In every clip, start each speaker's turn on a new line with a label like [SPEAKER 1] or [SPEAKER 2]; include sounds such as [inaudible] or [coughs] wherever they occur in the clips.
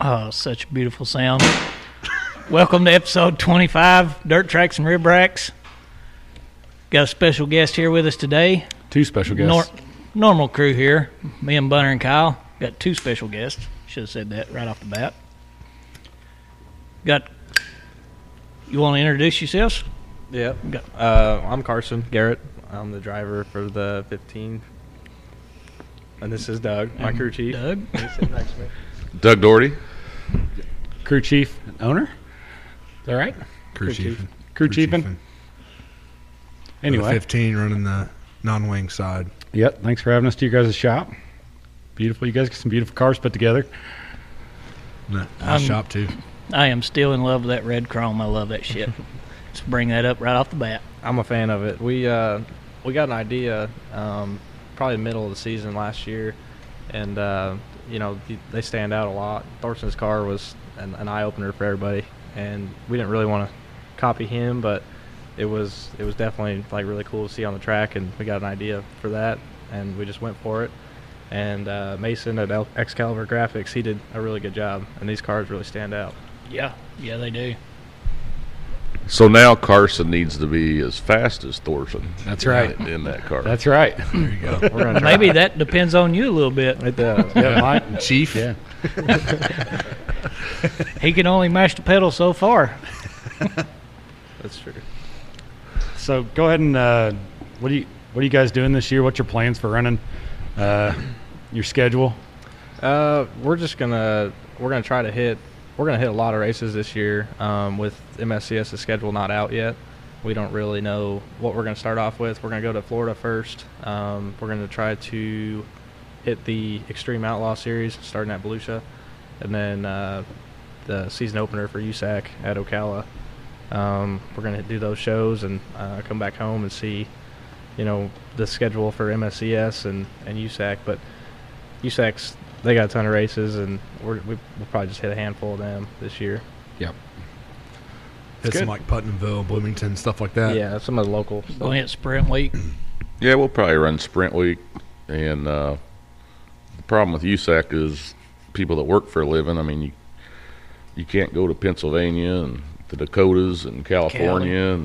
[SPEAKER 1] Oh, such beautiful sound. Welcome to episode 25, Dirt Tracks and Rib Racks. Got a special guest here with us today.
[SPEAKER 2] Two special guests.
[SPEAKER 1] Nor- normal crew here, me and Bunner and Kyle. Got two special guests. Should have said that right off the bat. Got. You want to introduce yourselves?
[SPEAKER 3] Yep.
[SPEAKER 1] Go.
[SPEAKER 3] Uh, I'm Carson Garrett. I'm the driver for the 15. And this is Doug, my crew chief.
[SPEAKER 1] Doug.
[SPEAKER 4] Doug Doherty.
[SPEAKER 2] Crew chief and owner. Is that right?
[SPEAKER 5] crew chief.
[SPEAKER 2] Crew, chiefin.
[SPEAKER 5] chiefin. Number
[SPEAKER 2] Anyway.
[SPEAKER 5] 15 running the non-wing side.
[SPEAKER 2] Yep. Thanks for having us to your guys' shop. Beautiful. You guys got some beautiful cars put together.
[SPEAKER 5] No,
[SPEAKER 1] I'm-
[SPEAKER 5] nice shop too.
[SPEAKER 1] I am still in love with that red chrome. I love that shit. Let's bring that up right off the bat.
[SPEAKER 3] I'm a fan of it. We uh, we got an idea um, probably middle of the season last year, and uh, you know th- they stand out a lot. Thorson's car was an, an eye opener for everybody, and we didn't really want to copy him, but it was it was definitely like really cool to see on the track, and we got an idea for that, and we just went for it. And uh, Mason at El- Excalibur Graphics, he did a really good job, and these cars really stand out.
[SPEAKER 1] Yeah, yeah, they do.
[SPEAKER 4] So now Carson needs to be as fast as Thorson.
[SPEAKER 2] That's right.
[SPEAKER 4] In, in that car.
[SPEAKER 2] That's [laughs] right.
[SPEAKER 5] There you go.
[SPEAKER 3] We're
[SPEAKER 1] [laughs]
[SPEAKER 3] gonna try.
[SPEAKER 1] Maybe that depends on you a little bit.
[SPEAKER 3] it does.
[SPEAKER 2] [laughs] yeah, Mike.
[SPEAKER 5] Chief.
[SPEAKER 2] Yeah.
[SPEAKER 1] He can only mash the pedal so far.
[SPEAKER 3] That's true.
[SPEAKER 2] So go ahead and uh, what do you what are you guys doing this year? What's your plans for running? Uh, your schedule.
[SPEAKER 3] Uh, we're just gonna we're gonna try to hit we're gonna hit a lot of races this year. Um, with MSCS's schedule not out yet, we don't really know what we're gonna start off with. We're gonna go to Florida first. Um, we're gonna try to hit the Extreme Outlaw Series starting at Volusia, and then uh, the season opener for USAC at Ocala. Um, we're gonna do those shows and uh, come back home and see, you know, the schedule for MSCS and and USAC, but. USAC's they got a ton of races, and we're, we, we'll probably just hit a handful of them this year.
[SPEAKER 5] Hit
[SPEAKER 2] good.
[SPEAKER 5] some like Putnamville, Bloomington, stuff like
[SPEAKER 2] Uh,
[SPEAKER 5] that.
[SPEAKER 3] yeah, some of the local. Stuff.
[SPEAKER 1] Gwinnett Sprint Week.
[SPEAKER 4] yeah, we'll probably run sprint week. And uh, the problem with USAC is people that work for a living. I mean, you you can't go to Pennsylvania and the Dakotas and California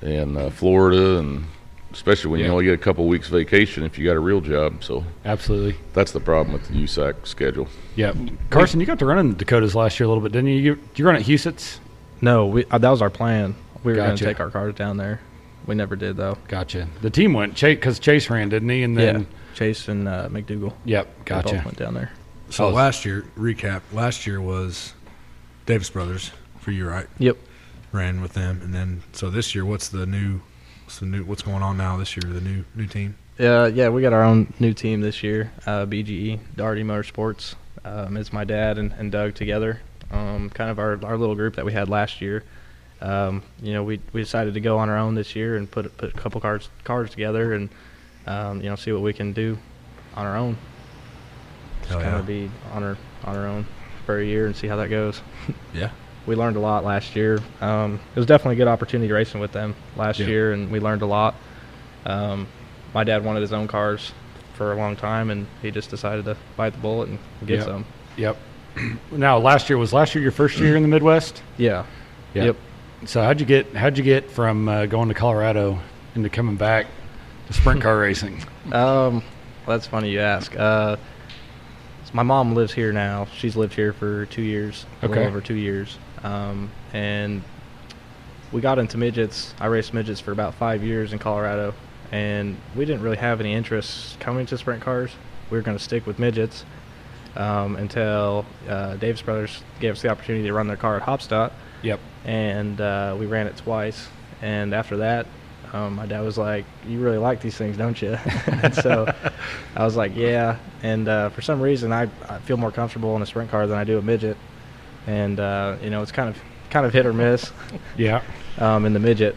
[SPEAKER 4] and and uh, Florida and especially when
[SPEAKER 2] Yeah.
[SPEAKER 4] you only get a couple weeks vacation if you got a real job. So
[SPEAKER 2] Absolutely.
[SPEAKER 4] that's the problem with the USAC schedule.
[SPEAKER 2] Yeah. Carson, you got to run in the Dakotas last year a little bit, didn't you? You, you run at Husitts?
[SPEAKER 3] No, we, uh, that was our plan. We were going
[SPEAKER 2] Gotcha.
[SPEAKER 3] to take our cars down there. We never did though.
[SPEAKER 2] Gotcha. The team went Chase because Chase ran, didn't he? And then
[SPEAKER 3] yeah, Chase and uh, McDougal.
[SPEAKER 2] yep.
[SPEAKER 3] they both
[SPEAKER 2] Gotcha.
[SPEAKER 3] went down there.
[SPEAKER 5] So
[SPEAKER 2] Oh.
[SPEAKER 5] last year, recap. Last year was Davis Brothers for you, right?
[SPEAKER 3] Yep.
[SPEAKER 5] Ran with them, and then so this year, what's the new? What's the new? What's going on now this year? The new new team.
[SPEAKER 3] Yeah, Uh, yeah, we got our own new team this year. Uh, BGE Darty Motorsports. Um, it's my dad and, and Doug together. Um, kind of our, our little group that we had last year. Um, you know, we, we decided to go on our own this year and put put a couple cars cars together and um, you know see what we can do on our own. Just
[SPEAKER 5] Hell
[SPEAKER 3] kind
[SPEAKER 5] yeah.
[SPEAKER 3] of be on our on our own for a year and see how that goes.
[SPEAKER 5] Yeah.
[SPEAKER 3] We learned a lot last year. Um, it was definitely a good opportunity racing with them last
[SPEAKER 2] Yeah.
[SPEAKER 3] year, and we learned a lot. Um, my dad wanted his own cars for a long time, and he just decided to bite the bullet and get
[SPEAKER 2] Yeah.
[SPEAKER 3] some.
[SPEAKER 2] Yep. now last year was last year your first year in the Midwest.
[SPEAKER 3] Yeah.
[SPEAKER 2] Yeah.
[SPEAKER 3] Yep.
[SPEAKER 2] So how'd you get how'd you get from uh, going to Colorado into coming back to sprint car racing?
[SPEAKER 3] Um, well, that's funny you ask. Uh, so my mom lives here now. She's lived here for two years, a little
[SPEAKER 2] Okay.
[SPEAKER 3] over two years. Um, and we got into midgets. I raced midgets for about five years in Colorado, and we didn't really have any interest coming to sprint cars. We were going to stick with midgets um, until uh, Davis Brothers gave us the opportunity to run their car at Hopstock
[SPEAKER 2] [laughs] Yep.
[SPEAKER 3] and uh, we ran it twice. And after that, um, my dad was like, "You really like these things, don't you?" [laughs]
[SPEAKER 2] [laughs]
[SPEAKER 3] and so I was like, "Yeah." And uh, for some reason, I, I feel more comfortable in a sprint car than I do a midget. And uh, you know, it's kind of kind of hit or miss
[SPEAKER 2] Yeah.
[SPEAKER 3] um, in the midget.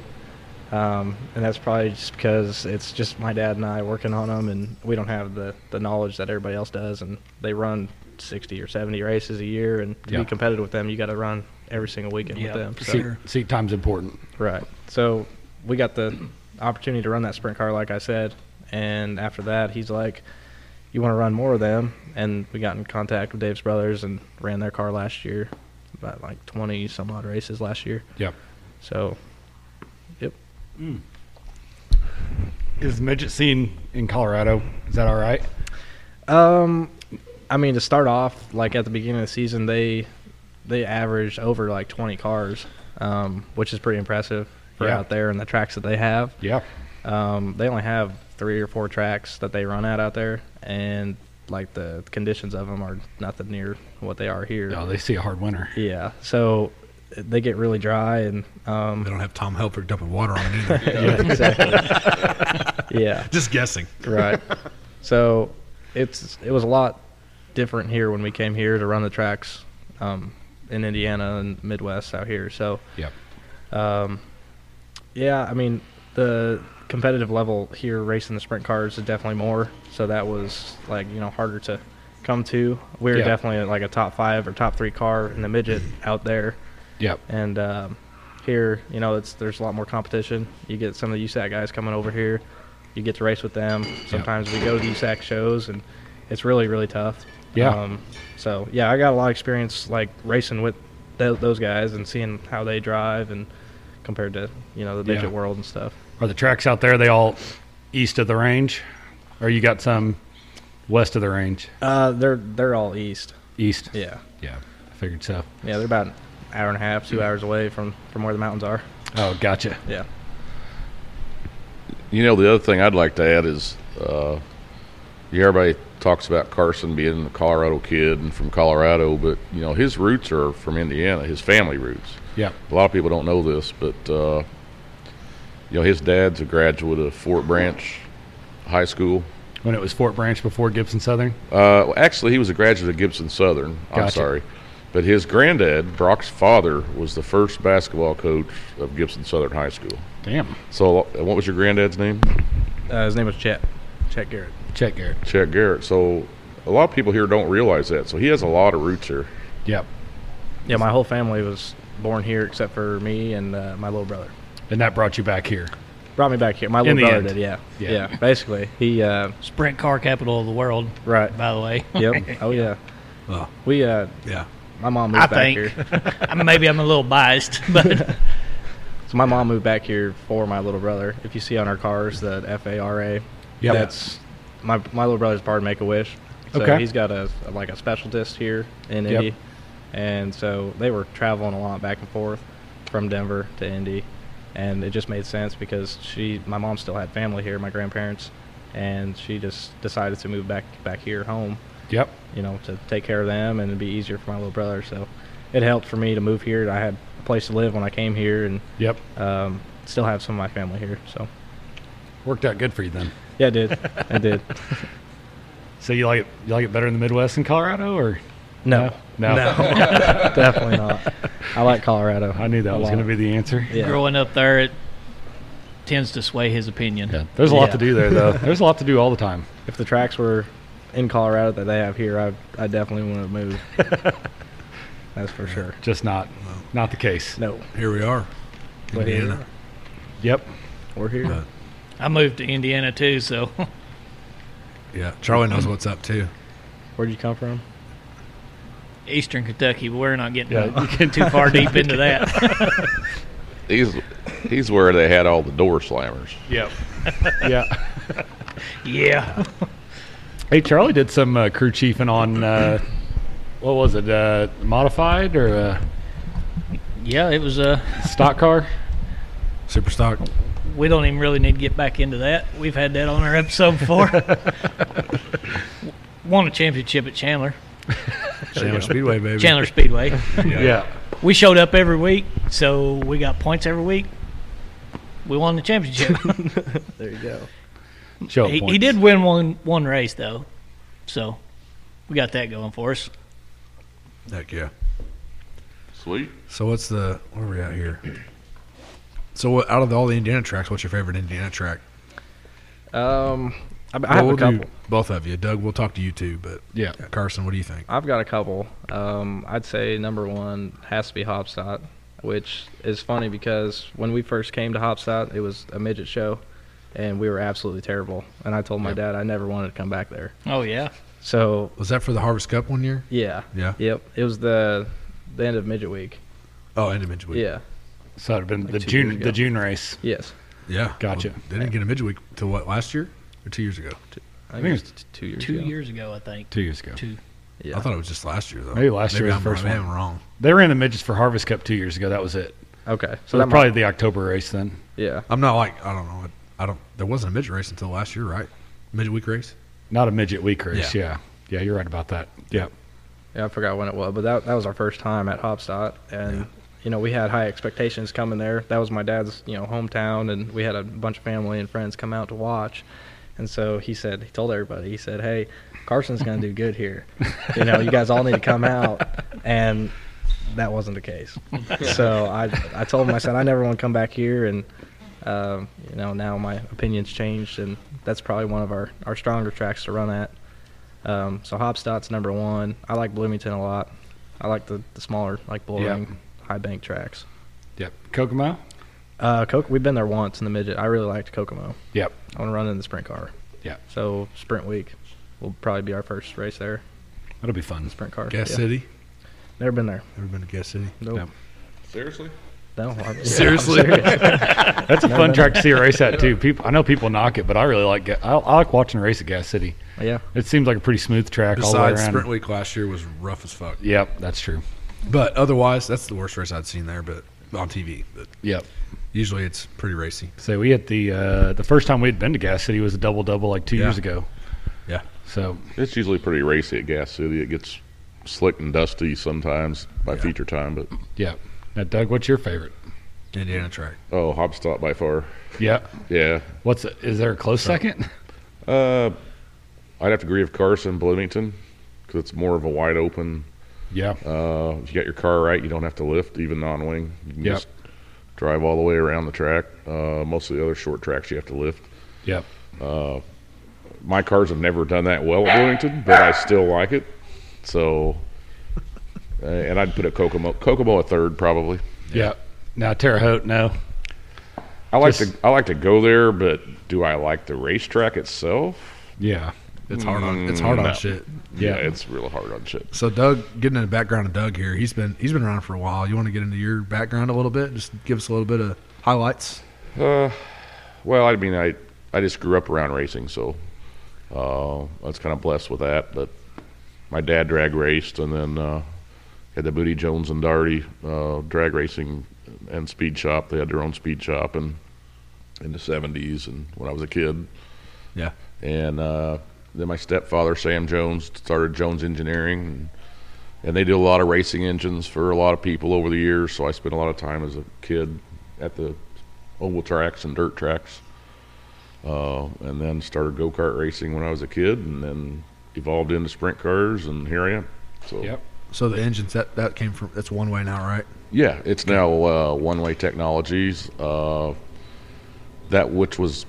[SPEAKER 3] Um, and that's probably just because it's just my dad and I working on them, and we don't have the, the knowledge that everybody else does. And they run 60 or 70 races a year, and to
[SPEAKER 2] Yeah.
[SPEAKER 3] be competitive with them, you got to run every single weekend
[SPEAKER 1] Yeah,
[SPEAKER 3] with them.
[SPEAKER 1] for
[SPEAKER 3] So-
[SPEAKER 2] Seat, seat time's important.
[SPEAKER 3] Right. So we got the opportunity to run that sprint car, like I said, and after that, he's like, you want to run more of them. And we got in contact with Dave's brothers and ran their car last year, about like 20 some odd races last year.
[SPEAKER 5] Yep.
[SPEAKER 3] So
[SPEAKER 2] Is midget scene in Colorado? Is that all right?
[SPEAKER 3] Um, I mean, to start off, like at the beginning of the season, they they averaged over like 20 cars, um, which is pretty impressive for
[SPEAKER 2] Yeah.
[SPEAKER 3] out there and the tracks that they have.
[SPEAKER 2] Yeah.
[SPEAKER 3] Um, they only have three or four tracks that they run at out there, and like the conditions of them are nothing near what they are here.
[SPEAKER 2] No, they see a hard winter.
[SPEAKER 3] yeah, so they get really dry and
[SPEAKER 5] They
[SPEAKER 3] um,
[SPEAKER 5] don't have Tom Helper dumping water on it either.
[SPEAKER 3] [laughs] yeah, exactly. yeah.
[SPEAKER 5] Just guessing.
[SPEAKER 3] right so it's it was a lot different here when we came here to run the tracks um, in indiana and midwest out here so
[SPEAKER 5] Yep.
[SPEAKER 3] um, yeah i mean the competitive level here racing the sprint cars is definitely more so that was like you know harder to come to we were
[SPEAKER 2] Yeah.
[SPEAKER 3] definitely like a top five or top three car in the midget out there
[SPEAKER 2] Yep.
[SPEAKER 3] and um, here, you know, it's there's a lot more competition. You get some of the USAC guys coming over here. You get to race with them. Sometimes we go to USAC shows, and it's really really tough.
[SPEAKER 2] Yeah.
[SPEAKER 3] Um, so yeah, I got a lot of experience like racing with th- those guys and seeing how they drive and compared to you know the
[SPEAKER 2] Yeah.
[SPEAKER 3] midget world and stuff.
[SPEAKER 2] Are the tracks out there? They all east of the range, or you got some west of the range?
[SPEAKER 3] Uh, they're they're all east.
[SPEAKER 2] East.
[SPEAKER 3] Yeah.
[SPEAKER 2] Yeah, I figured so.
[SPEAKER 3] Yeah, they're about an hour and a half, two hours away from from where the mountains are.
[SPEAKER 2] Oh, gotcha.
[SPEAKER 3] Mm-hmm. Yeah.
[SPEAKER 4] You know, the other thing I'd like to add is, uh, you hear everybody talks about Carson being a Colorado kid and from Colorado, but you know his roots are from Indiana. His family roots.
[SPEAKER 2] Yep.
[SPEAKER 4] A lot of people don't know this, but uh, you know his dad's a graduate of Fort Branch High School.
[SPEAKER 2] When it was Fort Branch before Gibson Southern.
[SPEAKER 4] Uh, well, actually, he was a graduate of Gibson Southern. I'm
[SPEAKER 2] Gotcha.
[SPEAKER 4] sorry, but his granddad, Brock's father, was the first basketball coach of Gibson Southern High School.
[SPEAKER 2] Damn.
[SPEAKER 4] So, uh, what was your granddad's name?
[SPEAKER 3] Uh, his name was Chet. Chet Garrett.
[SPEAKER 2] Check Garrett.
[SPEAKER 4] Chet Garrett. So, a lot of people here don't realize that. So, he has a lot of roots here.
[SPEAKER 2] Yep.
[SPEAKER 3] Yeah, my whole family was born here except for me and uh, my little brother.
[SPEAKER 2] And that brought you back here.
[SPEAKER 3] brought me back here. My
[SPEAKER 2] In
[SPEAKER 3] little
[SPEAKER 2] the
[SPEAKER 3] brother
[SPEAKER 2] end.
[SPEAKER 3] did, yeah.
[SPEAKER 2] Yeah.
[SPEAKER 3] yeah, Basically, he, uh,
[SPEAKER 1] Sprint car capital of the world,
[SPEAKER 3] right?
[SPEAKER 1] by the way.
[SPEAKER 3] Yep. Oh yeah.
[SPEAKER 5] Oh,
[SPEAKER 3] We, uh,
[SPEAKER 5] yeah.
[SPEAKER 3] my mom moved
[SPEAKER 1] I
[SPEAKER 3] back
[SPEAKER 1] think.
[SPEAKER 3] here.
[SPEAKER 1] I mean, [laughs] maybe I'm a little biased, [laughs]
[SPEAKER 2] [laughs]
[SPEAKER 1] but
[SPEAKER 3] So my mom moved back here for my little brother. If you see on our cars the FARA,
[SPEAKER 2] Yep.
[SPEAKER 3] that's my my little brother's part of Make a Wish. So
[SPEAKER 2] Okay.
[SPEAKER 3] He's got a like a specialist here in
[SPEAKER 2] Yep.
[SPEAKER 3] Indy, and so they were traveling a lot back and forth from Denver to Indy, and it just made sense because she my mom still had family here, my grandparents, and she just decided to move back back here home
[SPEAKER 2] Yep.
[SPEAKER 3] you know, to take care of them and it'd be easier for my little brother. So it helped for me to move here. I had a place to live when I came here and
[SPEAKER 2] Yep.
[SPEAKER 3] um, still have some of my family here. So
[SPEAKER 2] Worked out good for you then.
[SPEAKER 3] yeah, it did.
[SPEAKER 2] [laughs]
[SPEAKER 3] I did.
[SPEAKER 2] So you like it? You like it better in the Midwest than Colorado, or
[SPEAKER 3] No,
[SPEAKER 2] No. [laughs]
[SPEAKER 3] definitely not. I like Colorado.
[SPEAKER 2] I knew that
[SPEAKER 3] a
[SPEAKER 2] was going to
[SPEAKER 3] lot.
[SPEAKER 2] be the answer.
[SPEAKER 3] Yeah.
[SPEAKER 1] growing up there, it tends to sway his opinion.
[SPEAKER 2] Yeah. There's a lot
[SPEAKER 3] Yeah.
[SPEAKER 2] to do there, though. [laughs] There's a lot to do all the time.
[SPEAKER 3] If the tracks were in Colorado that they have here, I I definitely want to
[SPEAKER 2] [laughs]
[SPEAKER 3] move. That's for sure.
[SPEAKER 2] Just not, not the case.
[SPEAKER 3] No,
[SPEAKER 5] Here we are.
[SPEAKER 3] But here
[SPEAKER 5] Indiana.
[SPEAKER 2] Yep.
[SPEAKER 3] we're here.
[SPEAKER 5] But,
[SPEAKER 1] I moved to Indiana too, so [laughs]
[SPEAKER 5] yeah. Charlie knows what's up too.
[SPEAKER 3] Where'd you come from?
[SPEAKER 1] Eastern Kentucky, but we're not [laughs] getting
[SPEAKER 2] Yeah. You can
[SPEAKER 1] too far
[SPEAKER 2] [laughs]
[SPEAKER 1] deep into that. [laughs]
[SPEAKER 4] He's he's where they had all the door slammers.
[SPEAKER 2] Yep. [laughs] yeah.
[SPEAKER 1] yeah.
[SPEAKER 2] Hey, Charlie did some uh, crew chiefing on uh, what was it? Uh, modified or uh,
[SPEAKER 1] Yeah, it was Uh,
[SPEAKER 2] stock car?
[SPEAKER 5] Super stock.
[SPEAKER 1] we don't even really need to get back into that. We've had that on our episode
[SPEAKER 2] [laughs]
[SPEAKER 1] before. [laughs] Won a championship at Chandler,
[SPEAKER 5] Chandler Speedway, baby.
[SPEAKER 1] Chandler
[SPEAKER 2] [laughs]
[SPEAKER 1] Speedway.
[SPEAKER 5] Yeah.
[SPEAKER 1] We showed up every week, so we got points every week. We won the
[SPEAKER 2] [laughs]
[SPEAKER 1] championship.
[SPEAKER 3] There you go.
[SPEAKER 2] Show
[SPEAKER 1] he, he
[SPEAKER 2] points.
[SPEAKER 1] did win one one race though, so we got that going for us.
[SPEAKER 5] Heck yeah.
[SPEAKER 4] Sweet.
[SPEAKER 5] So what's the where are we at here? [clears throat] So what, out of all the Indiana tracks, what's your favorite Indiana track?
[SPEAKER 3] Um, I, I have
[SPEAKER 5] Well,
[SPEAKER 3] a
[SPEAKER 5] we'll do
[SPEAKER 3] couple.
[SPEAKER 5] both of you, Doug. We'll talk to you too, but
[SPEAKER 2] Yeah.
[SPEAKER 5] Carson, what do you think?
[SPEAKER 3] I've got a couple. Um, I'd say number one has to be Hopstot, which is funny because when we first came to Hopstot, it was a midget show, and we were absolutely terrible. And I told my
[SPEAKER 4] Yep.
[SPEAKER 3] dad I never wanted to come back there.
[SPEAKER 1] Oh yeah.
[SPEAKER 3] So
[SPEAKER 5] Was that for the Harvest Cup one year?
[SPEAKER 3] yeah,
[SPEAKER 5] Yeah.
[SPEAKER 3] yep, it was the the end of midget week.
[SPEAKER 5] Oh, and a midget week.
[SPEAKER 3] Yeah,
[SPEAKER 2] So it'd have been
[SPEAKER 3] Like
[SPEAKER 2] the
[SPEAKER 3] two years
[SPEAKER 2] June
[SPEAKER 3] ago.
[SPEAKER 2] the June race.
[SPEAKER 3] yes,
[SPEAKER 5] Yeah.
[SPEAKER 2] Gotcha.
[SPEAKER 5] Well, they didn't get a midget week till what last year or two years ago?
[SPEAKER 3] I
[SPEAKER 2] think
[SPEAKER 3] think it was t- two years.
[SPEAKER 1] Two
[SPEAKER 3] ago.
[SPEAKER 1] years ago, I think.
[SPEAKER 2] Two years ago,
[SPEAKER 1] Two.
[SPEAKER 3] Yeah.
[SPEAKER 5] I thought it was just last year though.
[SPEAKER 2] Maybe last year was the
[SPEAKER 5] I'm,
[SPEAKER 2] first
[SPEAKER 5] maybe
[SPEAKER 2] one.
[SPEAKER 5] I'm wrong.
[SPEAKER 2] they ran the midgets for Harvest Cup two years ago. That was it. So
[SPEAKER 3] okay, so that
[SPEAKER 2] that's
[SPEAKER 3] might,
[SPEAKER 2] probably the October race then.
[SPEAKER 3] yeah.
[SPEAKER 5] I'm not like I don't know. I, I don't. There wasn't a midget race until last year, right? Midget week race.
[SPEAKER 2] Not a midget week race. Yeah, yeah, you're right about that. Yeah,
[SPEAKER 3] Yeah, I forgot when it was, but that that was our first time at Hopstock, and
[SPEAKER 5] Yeah.
[SPEAKER 3] you know we had high expectations coming there. That was my dad's you know hometown, and we had a bunch of family and friends come out to watch. And so he said, he told everybody, he said, "Hey, Carson's gonna do good here. You know, you guys all need to come out." And that wasn't the case. So I I told him, I said, "I never want to come back here," and um, you know now my opinion's changed, and that's probably one of our our stronger tracks to run at. Um, so Hopstock's number one. I like Bloomington a lot. I like the, the smaller, like Bullring, high bank tracks.
[SPEAKER 2] yep. Kokomo.
[SPEAKER 3] Uh, Coke, we've been there once in the midget. I really liked Kokomo.
[SPEAKER 2] Yep.
[SPEAKER 3] I want to run in the sprint car.
[SPEAKER 2] Yeah.
[SPEAKER 3] So sprint week will probably be our first race there.
[SPEAKER 2] That'll be fun.
[SPEAKER 3] Sprint car.
[SPEAKER 5] Gas
[SPEAKER 3] yeah.
[SPEAKER 5] City.
[SPEAKER 3] Never been there.
[SPEAKER 5] Ever been to Gas City?
[SPEAKER 3] Nope.
[SPEAKER 4] Seriously?
[SPEAKER 3] No. I'm-
[SPEAKER 5] Seriously?
[SPEAKER 3] I'm serious.
[SPEAKER 2] That's a
[SPEAKER 3] No,
[SPEAKER 2] fun
[SPEAKER 3] no.
[SPEAKER 2] track to see a race at too. People, I know people knock it, but I really like. Ga- I, I like watching a race at Gas City.
[SPEAKER 3] yeah.
[SPEAKER 2] It seems like a pretty smooth track all the way
[SPEAKER 5] Besides,
[SPEAKER 2] around.
[SPEAKER 5] Sprint Week last year was rough as fuck.
[SPEAKER 2] Yep, that's true.
[SPEAKER 5] But otherwise, that's the worst race I'd seen there. But on TV, but
[SPEAKER 2] Yep.
[SPEAKER 5] usually it's pretty racy.
[SPEAKER 2] So we at the uh, the first time we had been to Gas City was a double double like two
[SPEAKER 5] Yeah.
[SPEAKER 2] years ago.
[SPEAKER 5] Yeah.
[SPEAKER 2] So
[SPEAKER 4] It's usually pretty racy at Gas City. It gets slick and dusty sometimes by
[SPEAKER 5] Yeah.
[SPEAKER 4] feature time, but
[SPEAKER 2] yeah. Now, Doug, what's your favorite?
[SPEAKER 5] Indiana track.
[SPEAKER 4] oh, Hopstock by far.
[SPEAKER 2] Yeah.
[SPEAKER 4] Yeah.
[SPEAKER 2] What's is there a close second?
[SPEAKER 4] Uh, I'd have to agree with Carson Bloomington because it's more of a wide open.
[SPEAKER 2] Yeah.
[SPEAKER 4] Uh, if you got your car right, you don't have to lift, even non-wing. You can
[SPEAKER 2] Yep.
[SPEAKER 4] just drive all the way around the track. Uh, most of the other short tracks you have to lift. Uh,
[SPEAKER 2] Yep.
[SPEAKER 4] My cars have never done that well at Bloomington, but I still like it. So, uh, and I'd put a Kokomo, Kokomo a third probably.
[SPEAKER 2] Yeah. Now Terre Haute, no.
[SPEAKER 4] I like
[SPEAKER 2] Just-
[SPEAKER 4] to I like to go there, but do I like the racetrack itself?
[SPEAKER 2] Yeah.
[SPEAKER 5] It's hard on. It's hard
[SPEAKER 4] Mm,
[SPEAKER 5] on
[SPEAKER 4] no.
[SPEAKER 5] shit.
[SPEAKER 2] Yeah.
[SPEAKER 4] it's real hard on shit.
[SPEAKER 5] So Doug, getting in the background of Doug here, he's been he's been around for a while. You want to get into your background a little bit? Just give us a little bit of highlights.
[SPEAKER 4] Well, I mean, I I just grew up around racing, so uh, I was kind of blessed with that. But my dad drag raced, and then uh, had the Booty Jones and Darty uh, drag racing and speed shop. They had their own speed shop, and in the '70s, and when I was a kid,
[SPEAKER 5] Yeah.
[SPEAKER 4] and uh, then my stepfather Sam Jones started Jones Engineering, and, and they did a lot of racing engines for a lot of people over the years. So I spent a lot of time as a kid at the oval tracks and dirt tracks, uh, and then started go kart racing when I was a kid, and then evolved into sprint cars, and here I am. So
[SPEAKER 2] Yep.
[SPEAKER 5] So the engines that that came from that's one way now, right?
[SPEAKER 4] yeah, it's now uh, One Way Technologies. Uh, that which was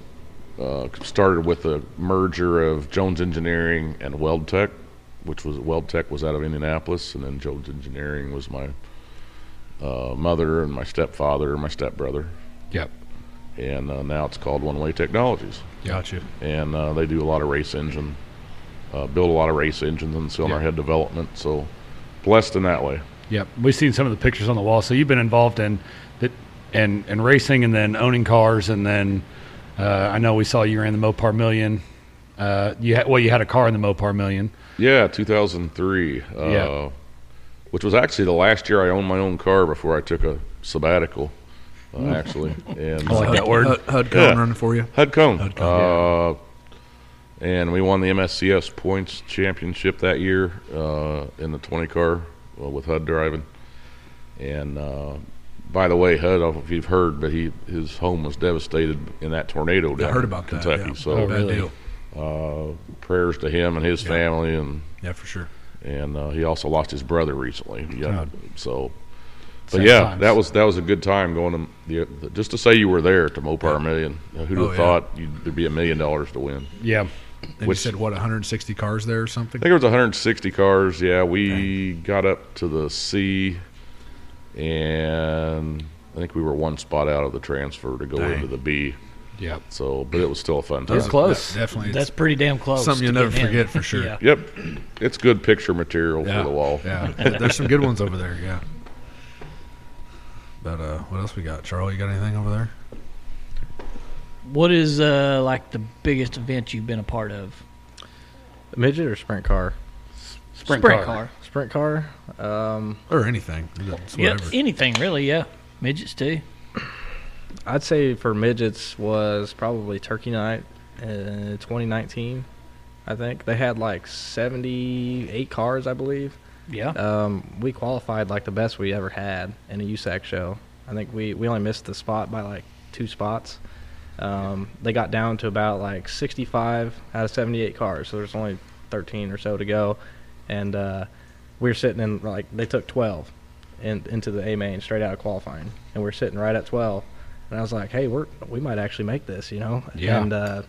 [SPEAKER 4] uh, started with a merger of Jones Engineering and Weld Tech, which was Weld Tech was out of Indianapolis, and then Jones Engineering was my uh, mother and my stepfather and my stepbrother,
[SPEAKER 2] Yep.
[SPEAKER 4] and uh, now it's called One Way Technologies
[SPEAKER 5] Gotcha.
[SPEAKER 4] and uh, they do a lot of race engine, uh, build a lot of race engines and cylinder
[SPEAKER 2] Yeah.
[SPEAKER 4] head development. So blessed in that way.
[SPEAKER 2] Yep. We've seen some of the pictures on the wall. So you've been involved in that and and racing and then owning cars and then uh, I know we saw you ran the Mopar Million. Uh, you had, well, you had a car in the Mopar Million.
[SPEAKER 4] Yeah, 2003. Uh,
[SPEAKER 2] Yeah.
[SPEAKER 4] Which was actually the last year I owned my own car before I took a sabbatical,
[SPEAKER 2] Hmm.
[SPEAKER 4] uh,
[SPEAKER 2] [laughs]
[SPEAKER 4] actually. And
[SPEAKER 2] like that word.
[SPEAKER 5] HUD, HUD
[SPEAKER 4] Yeah.
[SPEAKER 5] cone running for you.
[SPEAKER 4] Hud Cone.
[SPEAKER 5] Hud
[SPEAKER 4] uh, And we won the MSCS points championship that year uh, in the 20 car uh, with Hud driving. And uh, by the way, Hud, I don't know if you've heard, but he his home was devastated in that tornado down
[SPEAKER 5] I heard
[SPEAKER 4] in
[SPEAKER 5] about that.
[SPEAKER 4] Kentucky.
[SPEAKER 5] yeah.
[SPEAKER 4] So uh,
[SPEAKER 5] bad
[SPEAKER 2] really?
[SPEAKER 5] deal.
[SPEAKER 4] prayers to him and his
[SPEAKER 5] Yeah.
[SPEAKER 4] family, and
[SPEAKER 5] Yeah, for sure.
[SPEAKER 4] and uh, he also lost his brother recently. Yeah,
[SPEAKER 2] God.
[SPEAKER 4] so. But
[SPEAKER 2] Sad
[SPEAKER 4] yeah,
[SPEAKER 2] times.
[SPEAKER 4] that was that was a good time going to the, the, just to say you were there to Mopar Million. Who'd
[SPEAKER 5] Oh,
[SPEAKER 4] have
[SPEAKER 5] yeah.
[SPEAKER 4] thought you'd, there'd be a million dollars to win?
[SPEAKER 2] Yeah.
[SPEAKER 5] And
[SPEAKER 4] Which-
[SPEAKER 5] you said what 160 cars there or something?
[SPEAKER 4] I think it was 160 cars. Yeah, we got up to the C, and I think we were one spot out of the transfer to go
[SPEAKER 5] Dang.
[SPEAKER 4] into the B.
[SPEAKER 2] Yep.
[SPEAKER 4] So, but it was still a fun time.
[SPEAKER 2] That's close.
[SPEAKER 5] De- definitely.
[SPEAKER 1] That's pretty damn close.
[SPEAKER 5] Something
[SPEAKER 1] to
[SPEAKER 5] you'll never
[SPEAKER 1] getting in.
[SPEAKER 5] forget for sure.
[SPEAKER 1] Yeah.
[SPEAKER 4] Yep, it's good picture material for the wall.
[SPEAKER 5] Yeah, [laughs] there's some good ones over there. Yeah. But uh, what else we got, Charlie? You got anything over there?
[SPEAKER 1] What is uh like the biggest event you've been a part of?
[SPEAKER 3] Midget or sprint car?
[SPEAKER 2] Sprint,
[SPEAKER 3] Sprint car. Um,
[SPEAKER 5] Or anything? It's
[SPEAKER 1] Yeah,
[SPEAKER 5] whatever.
[SPEAKER 1] anything really? Yeah, midgets too.
[SPEAKER 3] I'd say for midgets was probably Turkey Night, uh, 2019. I think they had like 78 cars, I believe.
[SPEAKER 1] Yeah.
[SPEAKER 3] Um, we qualified like the best we ever had in a USAC show. I think we we only missed the spot by like two spots. Um, they got down to about like 65 out of 78 cars, so there's only 13 or so to go, and uh, we were sitting in like they took 12 in, into the A main straight out of qualifying, and we are sitting right at 12. And I was like, hey, we're we might actually make this, you know?
[SPEAKER 2] Yeah.
[SPEAKER 3] And uh,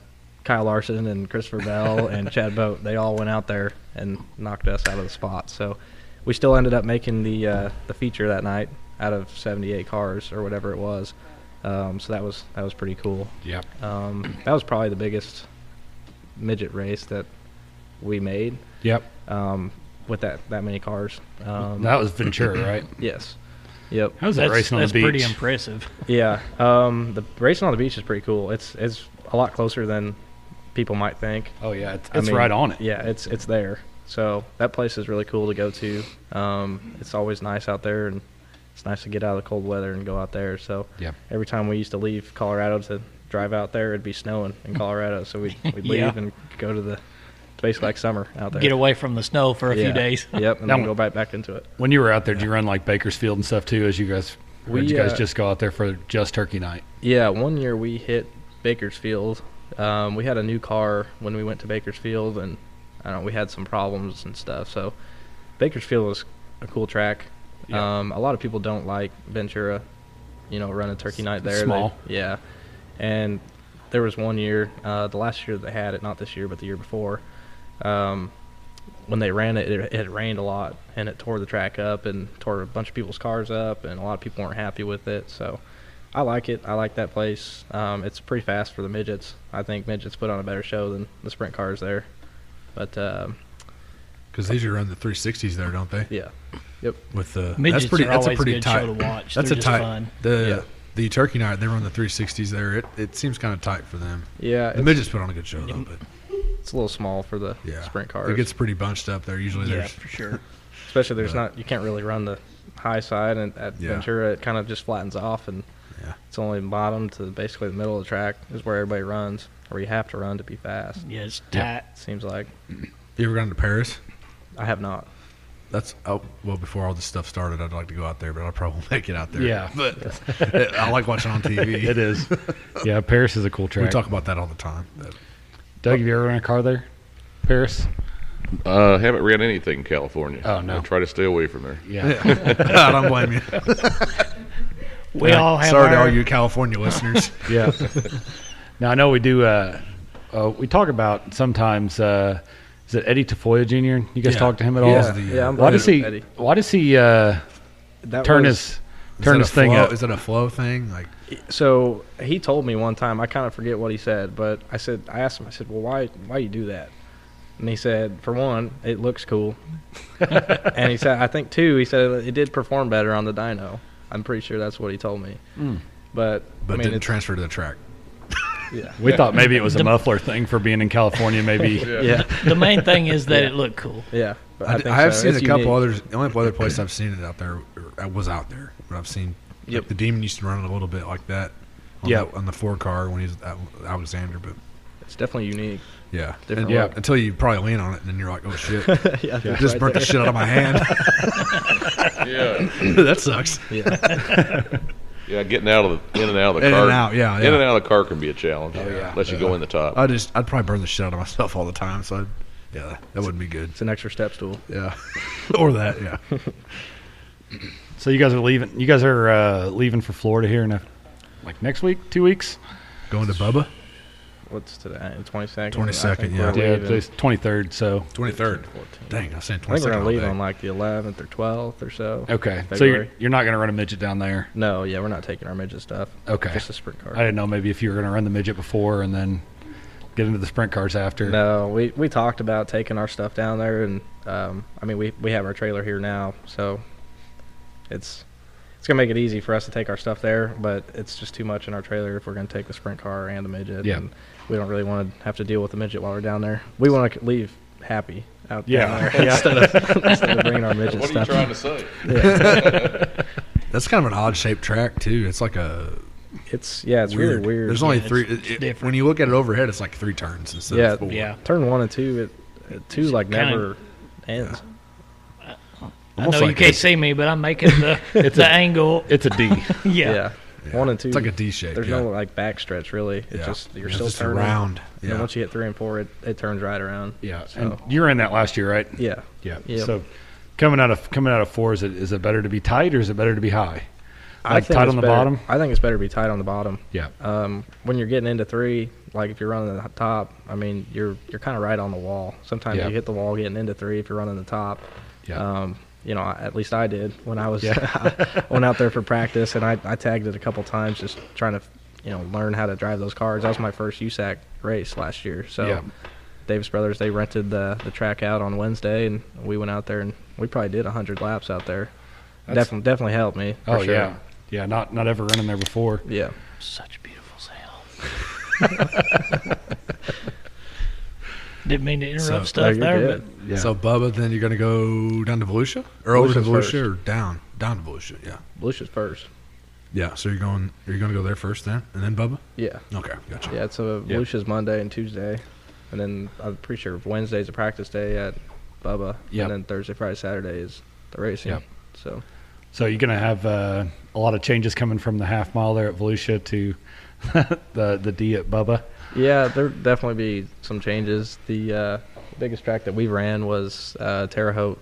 [SPEAKER 3] Kyle Larson and Christopher Bell and Chad Boat, they all went out there and knocked us out of the spot. So we still ended up making the uh, the feature that night out of 78 cars or whatever it was. Um, so that was that was pretty cool.
[SPEAKER 2] Yep.
[SPEAKER 3] Um, that was probably the biggest midget race that we made
[SPEAKER 2] Yep.
[SPEAKER 3] um, with that that many cars. Um,
[SPEAKER 2] that was [clears throat] Ventura, right?
[SPEAKER 3] yes. Yep.
[SPEAKER 2] How was that
[SPEAKER 1] that's
[SPEAKER 2] racing on
[SPEAKER 1] that's
[SPEAKER 2] the beach?
[SPEAKER 1] pretty impressive.
[SPEAKER 3] Yeah. Um, the racing on the beach is pretty cool. It's it's a lot closer than people might think.
[SPEAKER 2] oh yeah, it's,
[SPEAKER 3] I
[SPEAKER 2] it's
[SPEAKER 3] mean,
[SPEAKER 2] right on it.
[SPEAKER 3] Yeah, it's it's there. So that place is really cool to go to. Um, it's always nice out there, and it's nice to get out of the cold weather and go out there. So
[SPEAKER 2] Yeah.
[SPEAKER 3] every time we used to leave Colorado to drive out there, it'd be snowing in Colorado. So we'd,
[SPEAKER 2] [laughs]
[SPEAKER 3] we'd leave
[SPEAKER 1] Yeah.
[SPEAKER 3] and go to the. It's basically like summer out there.
[SPEAKER 1] Get away from the snow for a
[SPEAKER 3] Yeah.
[SPEAKER 1] few days.
[SPEAKER 3] yep, and
[SPEAKER 2] That
[SPEAKER 3] then
[SPEAKER 2] one-
[SPEAKER 3] go right back into it.
[SPEAKER 2] When you were out there, did you run like Bakersfield and stuff too? As you guys, or
[SPEAKER 3] We,
[SPEAKER 2] did you guys
[SPEAKER 3] uh,
[SPEAKER 2] just go out there for just turkey night?
[SPEAKER 3] Yeah, one year we hit Bakersfield. Um, we had a new car when we went to Bakersfield, and I don't know, we had some problems and stuff. So Bakersfield was a cool track.
[SPEAKER 2] Yeah.
[SPEAKER 3] Um, a lot of people don't like Ventura, you know, running Turkey Night there. They-
[SPEAKER 2] small.
[SPEAKER 3] yeah. And there was one year, uh, the last year that they had it, not this year, but the year before, um, when they ran it, it, it rained a lot and it tore the track up and tore a bunch of people's cars up, and a lot of people weren't happy with it. So I like it. I like that place. Um, it's pretty fast for the midgets. I think midgets put on a better show than the sprint cars there. But um,
[SPEAKER 5] Because they usually run the 360s there, don't they?
[SPEAKER 3] yeah,
[SPEAKER 5] With the
[SPEAKER 1] Midgets
[SPEAKER 5] that's pretty.
[SPEAKER 1] are
[SPEAKER 5] That's a
[SPEAKER 1] always
[SPEAKER 5] pretty
[SPEAKER 1] good
[SPEAKER 5] tight.
[SPEAKER 1] show to watch.
[SPEAKER 5] That's
[SPEAKER 1] They're
[SPEAKER 5] a
[SPEAKER 1] just
[SPEAKER 5] tight.
[SPEAKER 1] fun.
[SPEAKER 5] The
[SPEAKER 3] Yeah.
[SPEAKER 5] the turkey night they run the 360s there. It it seems kind of tight for them.
[SPEAKER 3] yeah,
[SPEAKER 5] The
[SPEAKER 3] it's,
[SPEAKER 5] midgets put on a good show though, but
[SPEAKER 3] it's a little small for the
[SPEAKER 5] yeah,
[SPEAKER 3] sprint
[SPEAKER 5] It
[SPEAKER 3] cars.
[SPEAKER 5] gets pretty bunched up there. Usually
[SPEAKER 1] Yeah,
[SPEAKER 5] there's
[SPEAKER 1] for sure.
[SPEAKER 3] especially there's not you can't really run the high side and at
[SPEAKER 5] Yeah.
[SPEAKER 3] Ventura it kind of just flattens off and
[SPEAKER 5] Yeah.
[SPEAKER 3] it's only bottom to basically the middle of the track is where everybody runs or you have to run to be fast.
[SPEAKER 1] Yeah, it's
[SPEAKER 2] Yeah.
[SPEAKER 1] tight.
[SPEAKER 3] It seems like
[SPEAKER 5] You ever gone to Paris?
[SPEAKER 3] I have not.
[SPEAKER 5] That's oh well. Before all this stuff started, I'd like to go out there, but I'll probably [laughs] make it out there.
[SPEAKER 2] Yeah.
[SPEAKER 5] but [laughs] I like watching on TV.
[SPEAKER 2] It is. [laughs] yeah, Paris is a cool track.
[SPEAKER 5] We talk about that all the time. That-
[SPEAKER 2] Doug, have you ever run a car there? Paris?
[SPEAKER 4] Uh, haven't read anything in California.
[SPEAKER 2] Oh, no.
[SPEAKER 4] I try to stay away from there.
[SPEAKER 2] Yeah.
[SPEAKER 5] [laughs] I don't blame you.
[SPEAKER 1] We all have
[SPEAKER 5] Sorry to
[SPEAKER 1] our,
[SPEAKER 5] [laughs] all you
[SPEAKER 1] [laughs]
[SPEAKER 5] California listeners.
[SPEAKER 2] yeah. Now I know we do. Uh, uh, we talk about sometimes. Uh, is it Eddie Tafoya Jr.? You guys
[SPEAKER 5] Yeah.
[SPEAKER 2] talk to him at
[SPEAKER 5] Yeah.
[SPEAKER 2] all?
[SPEAKER 5] Yeah,
[SPEAKER 3] yeah, I'm
[SPEAKER 2] Why
[SPEAKER 3] glad
[SPEAKER 2] does
[SPEAKER 3] it-
[SPEAKER 2] he?
[SPEAKER 3] Eddie.
[SPEAKER 2] Why does he uh,
[SPEAKER 3] That
[SPEAKER 2] turn
[SPEAKER 3] was-
[SPEAKER 2] his
[SPEAKER 5] Is
[SPEAKER 2] turn
[SPEAKER 5] that
[SPEAKER 2] his
[SPEAKER 5] a
[SPEAKER 2] thing
[SPEAKER 5] flow-
[SPEAKER 2] up?
[SPEAKER 5] Is it a flow thing? Like
[SPEAKER 3] so he told me one time, I kind of forget what he said, but I said I asked him, I said, Well why why you do that? And he said, For one, it looks
[SPEAKER 5] [laughs]
[SPEAKER 3] cool. and he said I think two, he said it did perform better on the dyno. I'm pretty sure that's what he told me.
[SPEAKER 5] Hmm.
[SPEAKER 3] But,
[SPEAKER 5] but
[SPEAKER 3] I mean,
[SPEAKER 5] didn't
[SPEAKER 3] it's,
[SPEAKER 5] transfer to the track.
[SPEAKER 3] yeah.
[SPEAKER 2] We thought maybe it was a muffler thing for being in California.
[SPEAKER 4] [laughs]
[SPEAKER 2] Maybe.
[SPEAKER 3] yeah.
[SPEAKER 1] Uh, The main thing is that it looked cool.
[SPEAKER 3] Yeah, but
[SPEAKER 5] I,
[SPEAKER 3] I,
[SPEAKER 5] d-
[SPEAKER 3] think
[SPEAKER 5] I have
[SPEAKER 3] so.
[SPEAKER 5] seen
[SPEAKER 3] It's
[SPEAKER 5] a couple
[SPEAKER 3] unique.
[SPEAKER 5] others. The
[SPEAKER 3] [clears throat]
[SPEAKER 5] only other place I've seen it out there or- uh, was out there, but I've seen like,
[SPEAKER 3] Yep.
[SPEAKER 5] the demon used to run it a little bit like that. On
[SPEAKER 2] Yeah.
[SPEAKER 5] the, on the four car when he was at Alexander, but
[SPEAKER 3] It's definitely
[SPEAKER 5] [laughs]
[SPEAKER 3] unique.
[SPEAKER 5] yeah,
[SPEAKER 3] Different
[SPEAKER 5] And-
[SPEAKER 2] look.
[SPEAKER 5] Until you probably lean on it, and then you're like, oh shit,
[SPEAKER 3] [laughs] yeah,
[SPEAKER 5] I just burnt the shit out of
[SPEAKER 3] [laughs]
[SPEAKER 5] my hand. [laughs]
[SPEAKER 4] Yeah,
[SPEAKER 5] that sucks.
[SPEAKER 3] Yeah,
[SPEAKER 4] yeah. Getting out of the in and out of the
[SPEAKER 5] In
[SPEAKER 4] car.
[SPEAKER 5] and out, yeah,
[SPEAKER 4] In and
[SPEAKER 5] yeah.
[SPEAKER 4] out of the car can be a challenge. Unless you go in the top.
[SPEAKER 5] I just I'd probably burn the shit out of myself all the time. So I'd, yeah, that wouldn't be good.
[SPEAKER 3] it's an extra step stool.
[SPEAKER 5] Yeah, [laughs] or that. Yeah,
[SPEAKER 2] So you guys are leaving. You guys are uh, leaving for Florida here in a, like next week, two weeks.
[SPEAKER 5] going to Bubba.
[SPEAKER 3] what's today? Twenty second.
[SPEAKER 5] 22nd, yeah.
[SPEAKER 2] Yeah, it's twenty third. So
[SPEAKER 5] Twenty third. Dang, I was saying
[SPEAKER 3] I
[SPEAKER 5] twenty
[SPEAKER 3] think we're gonna
[SPEAKER 5] second.
[SPEAKER 3] leave on like the eleventh or twelfth or so.
[SPEAKER 2] okay, so
[SPEAKER 3] February.
[SPEAKER 2] you're, you're not gonna run a midget down there.
[SPEAKER 3] No, yeah, we're not taking our midget stuff.
[SPEAKER 2] Okay.
[SPEAKER 3] Just the sprint car.
[SPEAKER 2] I didn't know maybe if you were gonna run the midget before and then get into the sprint cars after.
[SPEAKER 3] No, we, we talked about taking our stuff down there, and um, I mean we, we have our trailer here now, so it's it's gonna make it easy for us to take our stuff there, but it's just too much in our trailer if we're gonna take the sprint car and the midget.
[SPEAKER 2] Yeah.
[SPEAKER 3] and we don't really want to have to deal with the midget while we're down there. We want to leave happy out
[SPEAKER 2] Yeah.
[SPEAKER 3] down there
[SPEAKER 2] [laughs]
[SPEAKER 3] [laughs] instead, of, instead of bringing our midget
[SPEAKER 4] What are you
[SPEAKER 3] stuff. [laughs]
[SPEAKER 4] trying to say?
[SPEAKER 5] That's kind of an odd shaped track too. It's like a
[SPEAKER 3] It's yeah, it's
[SPEAKER 5] weird.
[SPEAKER 3] really weird.
[SPEAKER 5] There's only
[SPEAKER 1] Yeah,
[SPEAKER 5] three.
[SPEAKER 1] it's- it's
[SPEAKER 5] it- it-
[SPEAKER 1] different.
[SPEAKER 5] when you look at it overhead, it's like three turns instead
[SPEAKER 3] yeah,
[SPEAKER 5] of four.
[SPEAKER 1] yeah.
[SPEAKER 3] turn one and two, it, it two like
[SPEAKER 1] kinda-
[SPEAKER 3] never ends.
[SPEAKER 1] I
[SPEAKER 5] Almost
[SPEAKER 1] know you
[SPEAKER 5] like
[SPEAKER 1] can't
[SPEAKER 5] a-
[SPEAKER 1] see me, but I'm making the
[SPEAKER 2] It's
[SPEAKER 1] the
[SPEAKER 2] a-
[SPEAKER 1] angle.
[SPEAKER 2] It's a D.
[SPEAKER 1] Yeah.
[SPEAKER 3] one and two.
[SPEAKER 5] It's like a D shape.
[SPEAKER 3] There's
[SPEAKER 5] yeah.
[SPEAKER 3] no like back stretch really. It's
[SPEAKER 5] Yeah.
[SPEAKER 3] just you're
[SPEAKER 5] It's
[SPEAKER 3] still
[SPEAKER 5] just a
[SPEAKER 3] turning.
[SPEAKER 5] round.
[SPEAKER 3] And then
[SPEAKER 5] Yeah.
[SPEAKER 3] once you hit three and four, it, it turns right around.
[SPEAKER 2] [laughs] yeah,
[SPEAKER 3] So-
[SPEAKER 2] and you were in that last year, right?
[SPEAKER 3] Yeah.
[SPEAKER 2] Yeah.
[SPEAKER 3] Yeah.
[SPEAKER 2] So coming out of coming out of four, is it is it better to be tight or is it better to be high? Like
[SPEAKER 3] think
[SPEAKER 2] tight
[SPEAKER 3] it's
[SPEAKER 2] on the
[SPEAKER 3] better-
[SPEAKER 2] bottom.
[SPEAKER 3] I think it's better to be tight on the bottom.
[SPEAKER 2] Yeah.
[SPEAKER 3] Um, when you're getting into three, like if you're running the top, I mean you're you're kind of right on the wall. Sometimes
[SPEAKER 2] Yeah.
[SPEAKER 3] you hit the wall getting into three if you're running the top.
[SPEAKER 2] Yeah.
[SPEAKER 3] Um, you know, I- at least I did when I was [laughs] I went
[SPEAKER 2] [laughs]
[SPEAKER 3] out there for practice and I, I tagged it a couple times just trying to you know learn how to drive those cars. That was my first USAC race last year. So
[SPEAKER 2] Yeah.
[SPEAKER 3] Davis Brothers they rented the the track out on Wednesday and we went out there and we probably did hundred laps out there.
[SPEAKER 2] That's-
[SPEAKER 3] Definitely definitely helped me. for
[SPEAKER 2] oh
[SPEAKER 3] sure.
[SPEAKER 2] yeah. Yeah. Not not ever running there before.
[SPEAKER 3] Yeah.
[SPEAKER 1] Such beautiful sound. [laughs] Didn't mean to interrupt
[SPEAKER 5] So- No,
[SPEAKER 1] stuff
[SPEAKER 3] you're
[SPEAKER 1] there,
[SPEAKER 3] good.
[SPEAKER 2] Yeah.
[SPEAKER 5] So Bubba, then you're gonna go down to Volusia or over to
[SPEAKER 3] Volusia's first.
[SPEAKER 5] Volusia or down down to Volusia. Yeah.
[SPEAKER 3] Lucia's first.
[SPEAKER 5] Yeah. So you're going you're gonna go there first then and then Bubba.
[SPEAKER 3] Yeah.
[SPEAKER 5] Okay. Gotcha.
[SPEAKER 3] Yeah, it's a
[SPEAKER 2] Yeah.
[SPEAKER 3] Lucia's Monday and Tuesday. And then I'm pretty sure Wednesday's a practice day at Bubba.
[SPEAKER 2] Yep.
[SPEAKER 3] And then Thursday, Friday, Saturday is the racing.
[SPEAKER 2] Yep.
[SPEAKER 3] So
[SPEAKER 2] So you're going to have uh, a lot of changes coming from the half mile there at Volusia to [laughs] the the D at Bubba.
[SPEAKER 3] yeah, there definitely be some changes. The uh, biggest track that we ran was uh, Terre Haute.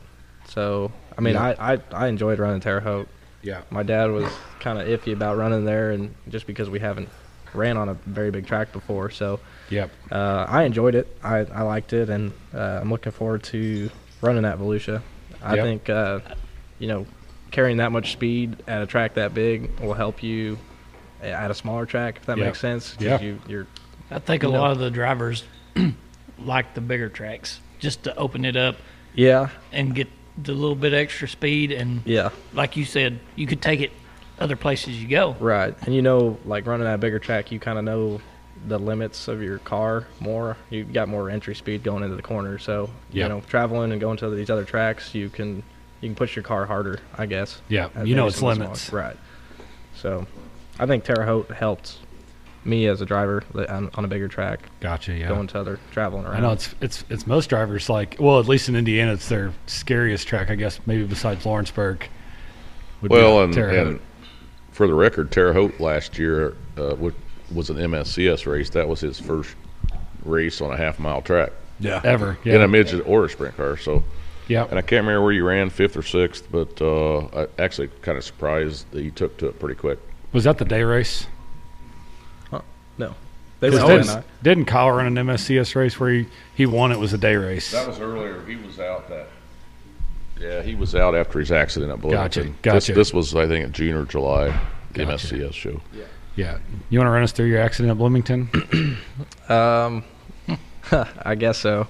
[SPEAKER 3] So I mean,
[SPEAKER 2] Yeah.
[SPEAKER 3] I, I I enjoyed running Terre Haute.
[SPEAKER 2] Yeah.
[SPEAKER 3] My dad was kind of iffy about running there, and just because we haven't ran on a very big track before, so
[SPEAKER 2] Yep.
[SPEAKER 3] uh, I enjoyed it. I, I liked it, and uh, I'm looking forward to running at Volusia. I
[SPEAKER 2] Yep.
[SPEAKER 3] think, uh, you know, carrying that much speed at a track that big will help you a- at a smaller track, if that
[SPEAKER 2] Yeah.
[SPEAKER 3] makes sense. 'cause
[SPEAKER 2] Yeah.
[SPEAKER 3] You, you're,
[SPEAKER 1] but I think a
[SPEAKER 3] No.
[SPEAKER 1] lot of the drivers [clears throat] like the bigger tracks just to open it up
[SPEAKER 3] yeah,
[SPEAKER 1] and get the little bit extra speed. And
[SPEAKER 3] yeah,
[SPEAKER 1] like you said, you could take it other places you go.
[SPEAKER 3] right. And you know, like running at a bigger track, you kind of know the limits of your car more. You've got more entry speed going into the corner, so
[SPEAKER 2] Yeah.
[SPEAKER 3] you know, traveling and going to these other tracks, you can you can push your car harder, I guess.
[SPEAKER 2] Yeah.
[SPEAKER 3] at
[SPEAKER 2] you know
[SPEAKER 3] maybe
[SPEAKER 2] its
[SPEAKER 3] some of the
[SPEAKER 2] limits.
[SPEAKER 3] smaller- Right. So, I think Terre Haute helped me as a driver li- on, on a bigger track,
[SPEAKER 2] Gotcha. Yeah.
[SPEAKER 3] going to other traveling around.
[SPEAKER 2] I know it's it's it's most drivers like well at least in Indiana it's their scariest track I guess maybe besides Lawrenceburg. would be
[SPEAKER 4] Well, and,
[SPEAKER 2] Terre Haute.
[SPEAKER 4] and for the record, Terre Haute last year uh, wa- was an MSCS race. That was his first race on a half mile track
[SPEAKER 5] Yeah.
[SPEAKER 2] ever yeah
[SPEAKER 4] in a midget or a sprint car. So, and
[SPEAKER 2] yeah
[SPEAKER 4] I can't remember where you ran, fifth or sixth, but uh, I actually kind of surprised that you took to it pretty quick.
[SPEAKER 2] was that the day race?
[SPEAKER 3] no, they were
[SPEAKER 5] It's
[SPEAKER 2] Because
[SPEAKER 3] doing
[SPEAKER 5] always-
[SPEAKER 2] Didn't, didn't Kyle run an MSCS race where he, he won? It was a day race.
[SPEAKER 4] was earlier. He was out that. Yeah, he was out after his accident, I believe.
[SPEAKER 2] Gotcha,
[SPEAKER 4] And this-
[SPEAKER 2] gotcha.
[SPEAKER 4] This, was, I think, in June or July, the MSCS show.
[SPEAKER 2] yeah. You want to run us through your accident at Bloomington?
[SPEAKER 3] that. Um, I guess so.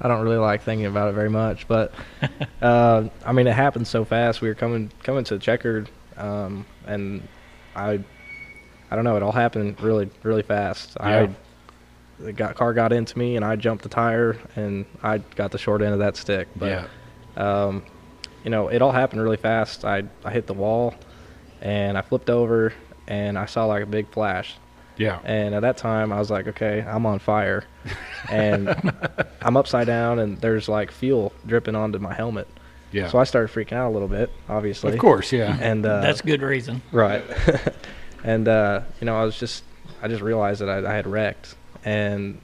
[SPEAKER 3] I don't really like thinking about it very much,
[SPEAKER 2] [laughs]
[SPEAKER 3] but uh, I mean, it happened so fast. We were coming coming to checkered, um, and I, I don't know. It all happened really really fast.
[SPEAKER 2] Yeah.
[SPEAKER 3] I the got, car got into me, and I jumped the tire, and I got the short end of that stick. [clears throat] But um, you know, it all happened really fast. I, I hit the wall and I flipped over and I saw like a big flash.
[SPEAKER 2] yeah.
[SPEAKER 3] And at that time, I was like, okay, I'm on fire.
[SPEAKER 2] [laughs]
[SPEAKER 3] And I'm upside down and there's like fuel dripping onto my helmet.
[SPEAKER 2] Yeah.
[SPEAKER 3] So I started freaking out a little bit, obviously.
[SPEAKER 2] of course. Yeah.
[SPEAKER 3] And uh,
[SPEAKER 1] That's good reason.
[SPEAKER 3] Right. [laughs] and uh, you know, I was just I just realized that I, I had wrecked, and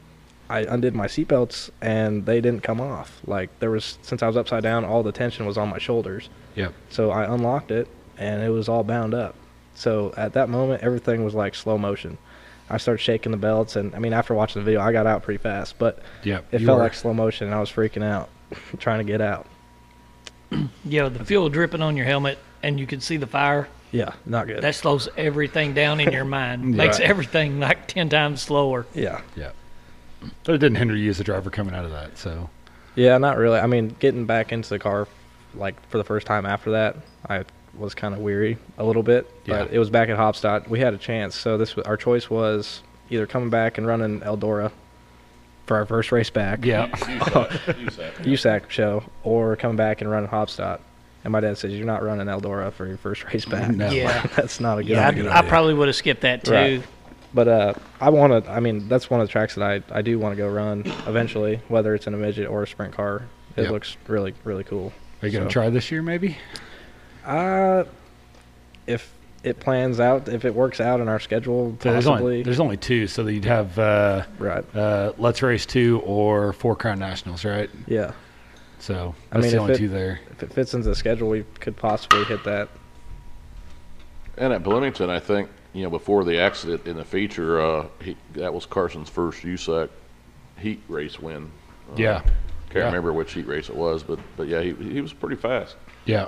[SPEAKER 3] I undid my seatbelts, and they didn't come off. Like there was since I was upside down, all the tension was on my shoulders.
[SPEAKER 2] Yep.
[SPEAKER 3] So I unlocked it, and it was all bound up. So at that moment, everything was like slow motion. I I started shaking the belts, and I mean, after watching the video, I got out pretty fast, but
[SPEAKER 2] Yeah,
[SPEAKER 3] it
[SPEAKER 2] you
[SPEAKER 3] felt
[SPEAKER 2] were-
[SPEAKER 3] like slow motion, and I was freaking out, [laughs] trying to get out.
[SPEAKER 1] Yeah, the fuel dripping on your helmet and you can see the fire.
[SPEAKER 3] Yeah, not good.
[SPEAKER 1] That slows everything down in your
[SPEAKER 5] [laughs]
[SPEAKER 1] mind. Makes
[SPEAKER 2] Right.
[SPEAKER 1] everything like 10 times slower.
[SPEAKER 3] yeah,
[SPEAKER 2] but it didn't hinder you as a driver coming out of that. So
[SPEAKER 3] yeah, not really. I mean, getting back into the car, like for the first time after that, I was kind of weary a little bit. But
[SPEAKER 2] Yeah.
[SPEAKER 3] it was back at Hopstock. We had a chance, so this was, our choice was either coming back and running Eldora for our first race back,
[SPEAKER 2] yeah,
[SPEAKER 3] USAC show, or coming back and running Hopstock. And my dad says you're not running Eldora for your first [laughs] race back.
[SPEAKER 2] No.
[SPEAKER 5] [laughs]
[SPEAKER 1] Yeah.
[SPEAKER 3] That's not a good
[SPEAKER 1] Yeah,
[SPEAKER 3] idea.
[SPEAKER 5] good
[SPEAKER 1] I, I
[SPEAKER 5] idea.
[SPEAKER 1] probably would have skipped that too.
[SPEAKER 3] Right. But uh, I want to. I mean, that's one of the tracks that I, I do want to go run eventually, whether it's in a midget or a sprint car. It
[SPEAKER 2] Yep.
[SPEAKER 3] looks really really cool.
[SPEAKER 2] are you gonna
[SPEAKER 3] So-
[SPEAKER 2] try this year maybe?
[SPEAKER 3] Uh, if it plans out, if it works out in our schedule,
[SPEAKER 2] So there's only
[SPEAKER 3] possibly.
[SPEAKER 2] there's only two, so that you'd have uh,
[SPEAKER 3] right.
[SPEAKER 2] uh, Let's Race two or Four Crown Nationals, right?
[SPEAKER 3] Yeah.
[SPEAKER 2] So that's
[SPEAKER 3] I mean,
[SPEAKER 2] the
[SPEAKER 3] if
[SPEAKER 2] only
[SPEAKER 3] it-
[SPEAKER 2] two there.
[SPEAKER 3] If it fits into the schedule, we could possibly hit that.
[SPEAKER 4] [laughs] And at Bloomington, I think, you know, before the accident in the feature, uh, he, that was Carson's first USAC heat race win. Uh,
[SPEAKER 2] Yeah.
[SPEAKER 4] Can't
[SPEAKER 2] Yeah.
[SPEAKER 4] remember which heat race it was, but, but yeah, he, he was pretty fast.
[SPEAKER 2] Yeah,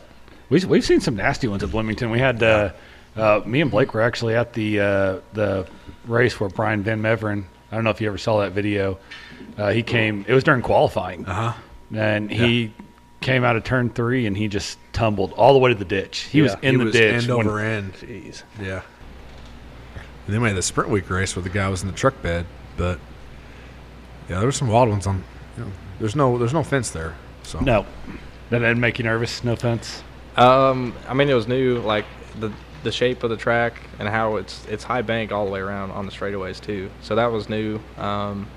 [SPEAKER 2] we've we've seen some nasty ones at Bloomington. We had uh, uh, me and Blake were actually at the uh, the race where Brian Van Meveren. I don't know if you ever saw that video. Uh, he came. It was during qualifying,
[SPEAKER 5] Uh huh.
[SPEAKER 2] and he came out of turn three, and he just tumbled all the way to the ditch. He was
[SPEAKER 5] He
[SPEAKER 2] in the
[SPEAKER 5] was
[SPEAKER 2] ditch.
[SPEAKER 5] end
[SPEAKER 2] when-
[SPEAKER 5] over end.
[SPEAKER 3] Jeez.
[SPEAKER 5] Yeah. And then we had the sprint week race where the guy was in the truck bed, but yeah, there were some wild ones on. You know, there's no there's no fence there, so
[SPEAKER 2] no, that didn't make you nervous. No offense.
[SPEAKER 6] Um,
[SPEAKER 3] I mean, it was new, like the the shape of the track and how it's it's high bank all the way around on the straightaways too. So that was new. Um,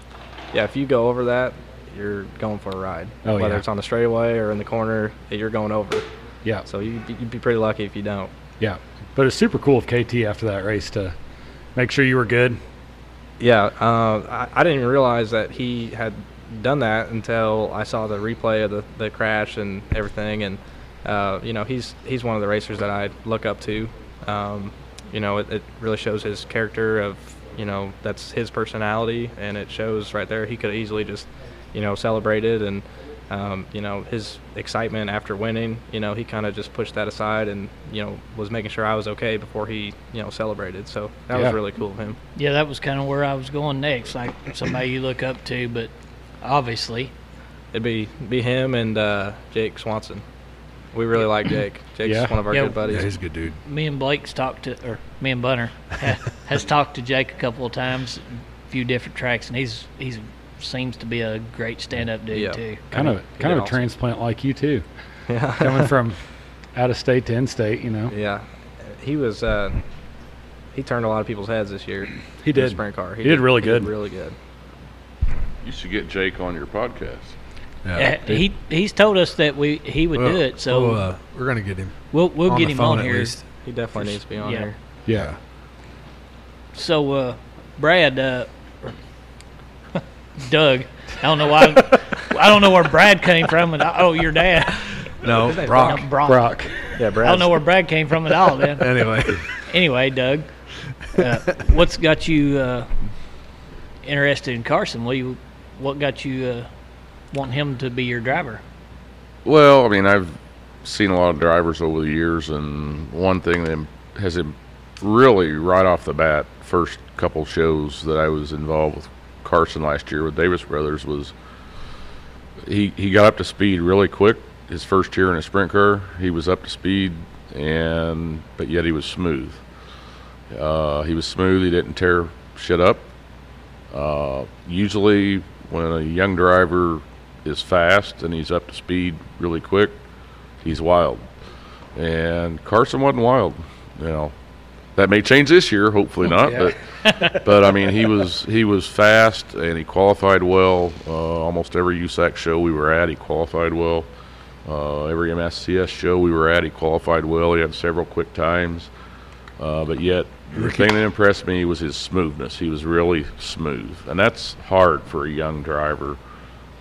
[SPEAKER 3] yeah, if you go over that, you're going for a ride.
[SPEAKER 2] Oh,
[SPEAKER 3] Whether
[SPEAKER 2] yeah.
[SPEAKER 3] it's on the straightaway or in the corner, you're going over.
[SPEAKER 2] Yeah,
[SPEAKER 3] So you you'd be pretty lucky if you don't.
[SPEAKER 2] yeah. But it's super cool of KT after that race to make sure you were good.
[SPEAKER 3] Yeah, uh, I, I didn't even realize that he had done that until I saw the replay of the, the crash and everything. And uh, you know, he's he's one of the racers that I look up to. Um, you know, it, it really shows his character of you know that's his personality, and it shows right there. He could easily just you know celebrated and um, you know his excitement after winning. You know, he kind of just pushed that aside and you know was making sure I was okay before he you know celebrated. So that
[SPEAKER 2] Yeah.
[SPEAKER 3] was really cool of him.
[SPEAKER 1] Yeah, that was kind of where I was going next.
[SPEAKER 5] [clears throat]
[SPEAKER 1] Like somebody you look up to, but obviously,
[SPEAKER 3] It'd be be him and uh, Jake Swanson. We
[SPEAKER 2] [clears throat]
[SPEAKER 3] really like Jake. Jake's
[SPEAKER 2] Yeah.
[SPEAKER 3] one of our
[SPEAKER 1] Yeah.
[SPEAKER 3] good
[SPEAKER 5] yeah,
[SPEAKER 3] buddies.
[SPEAKER 5] he's a good dude.
[SPEAKER 1] me and Blake's talked to, or me and Bunner
[SPEAKER 5] [laughs]
[SPEAKER 1] ha- has talked to Jake a couple of times, a few different tracks, and he's he's seems to be a great stand-up dude
[SPEAKER 3] Yeah.
[SPEAKER 1] too.
[SPEAKER 2] Kind
[SPEAKER 3] mean,
[SPEAKER 2] of
[SPEAKER 3] he
[SPEAKER 2] kind
[SPEAKER 3] did
[SPEAKER 2] of a
[SPEAKER 3] awesome.
[SPEAKER 2] transplant like you too.
[SPEAKER 3] [laughs] Yeah,
[SPEAKER 2] coming from out of state to in state, you know.
[SPEAKER 3] yeah. He was uh, he turned a lot of people's heads this year.
[SPEAKER 2] He
[SPEAKER 3] in the
[SPEAKER 2] did.
[SPEAKER 3] sprint car.
[SPEAKER 2] He did really good.
[SPEAKER 3] really good.
[SPEAKER 4] You should get Jake on your podcast.
[SPEAKER 5] Yeah.
[SPEAKER 1] Uh, he he's told us that we he would
[SPEAKER 5] Well,
[SPEAKER 1] do it, so
[SPEAKER 5] we'll, uh, we're gonna get him.
[SPEAKER 1] we'll we'll
[SPEAKER 5] on
[SPEAKER 1] get
[SPEAKER 5] the
[SPEAKER 1] him on
[SPEAKER 5] phone at
[SPEAKER 1] here.
[SPEAKER 5] least.
[SPEAKER 3] He definitely needs to be on
[SPEAKER 1] yeah.
[SPEAKER 3] here.
[SPEAKER 2] Yeah.
[SPEAKER 1] So, uh, Brad, uh, [laughs] Doug, I don't know why, I don't know where Brad came from. And I, oh, your dad,
[SPEAKER 5] No,
[SPEAKER 3] name's
[SPEAKER 5] Brock.
[SPEAKER 1] Brock.
[SPEAKER 2] Brock.
[SPEAKER 3] Yeah,
[SPEAKER 1] I
[SPEAKER 3] Brad.
[SPEAKER 1] don't know where Brad came from at all. Then
[SPEAKER 4] [laughs]
[SPEAKER 5] [laughs] Anyway,
[SPEAKER 1] anyway, Doug, uh, what's got you uh, interested in Carson? What you, what got you uh, want him to be your driver?
[SPEAKER 4] Well, I mean, I've seen a lot of drivers over the years, and one thing that has im- really right off the bat, first couple shows that I was involved with Carson last year with Davis Brothers was he he got up to speed really quick. His first year in a sprint car, he was up to speed, and but yet he was smooth. Uh, he was smooth. He didn't tear shit up. Uh, usually, when a young driver is fast and he's up to speed really quick, he's wild. And Carson wasn't wild. You know, that may change this year. Hopefully not.
[SPEAKER 2] Yeah.
[SPEAKER 4] But but I mean, he was he was fast and he qualified well. Uh, almost every USAC show we were at, he qualified well. Uh, every MSCS show we were at, he qualified well. He had several quick times. Uh, but yet, the thing that impressed me was his smoothness. He was really smooth, and that's hard for a young driver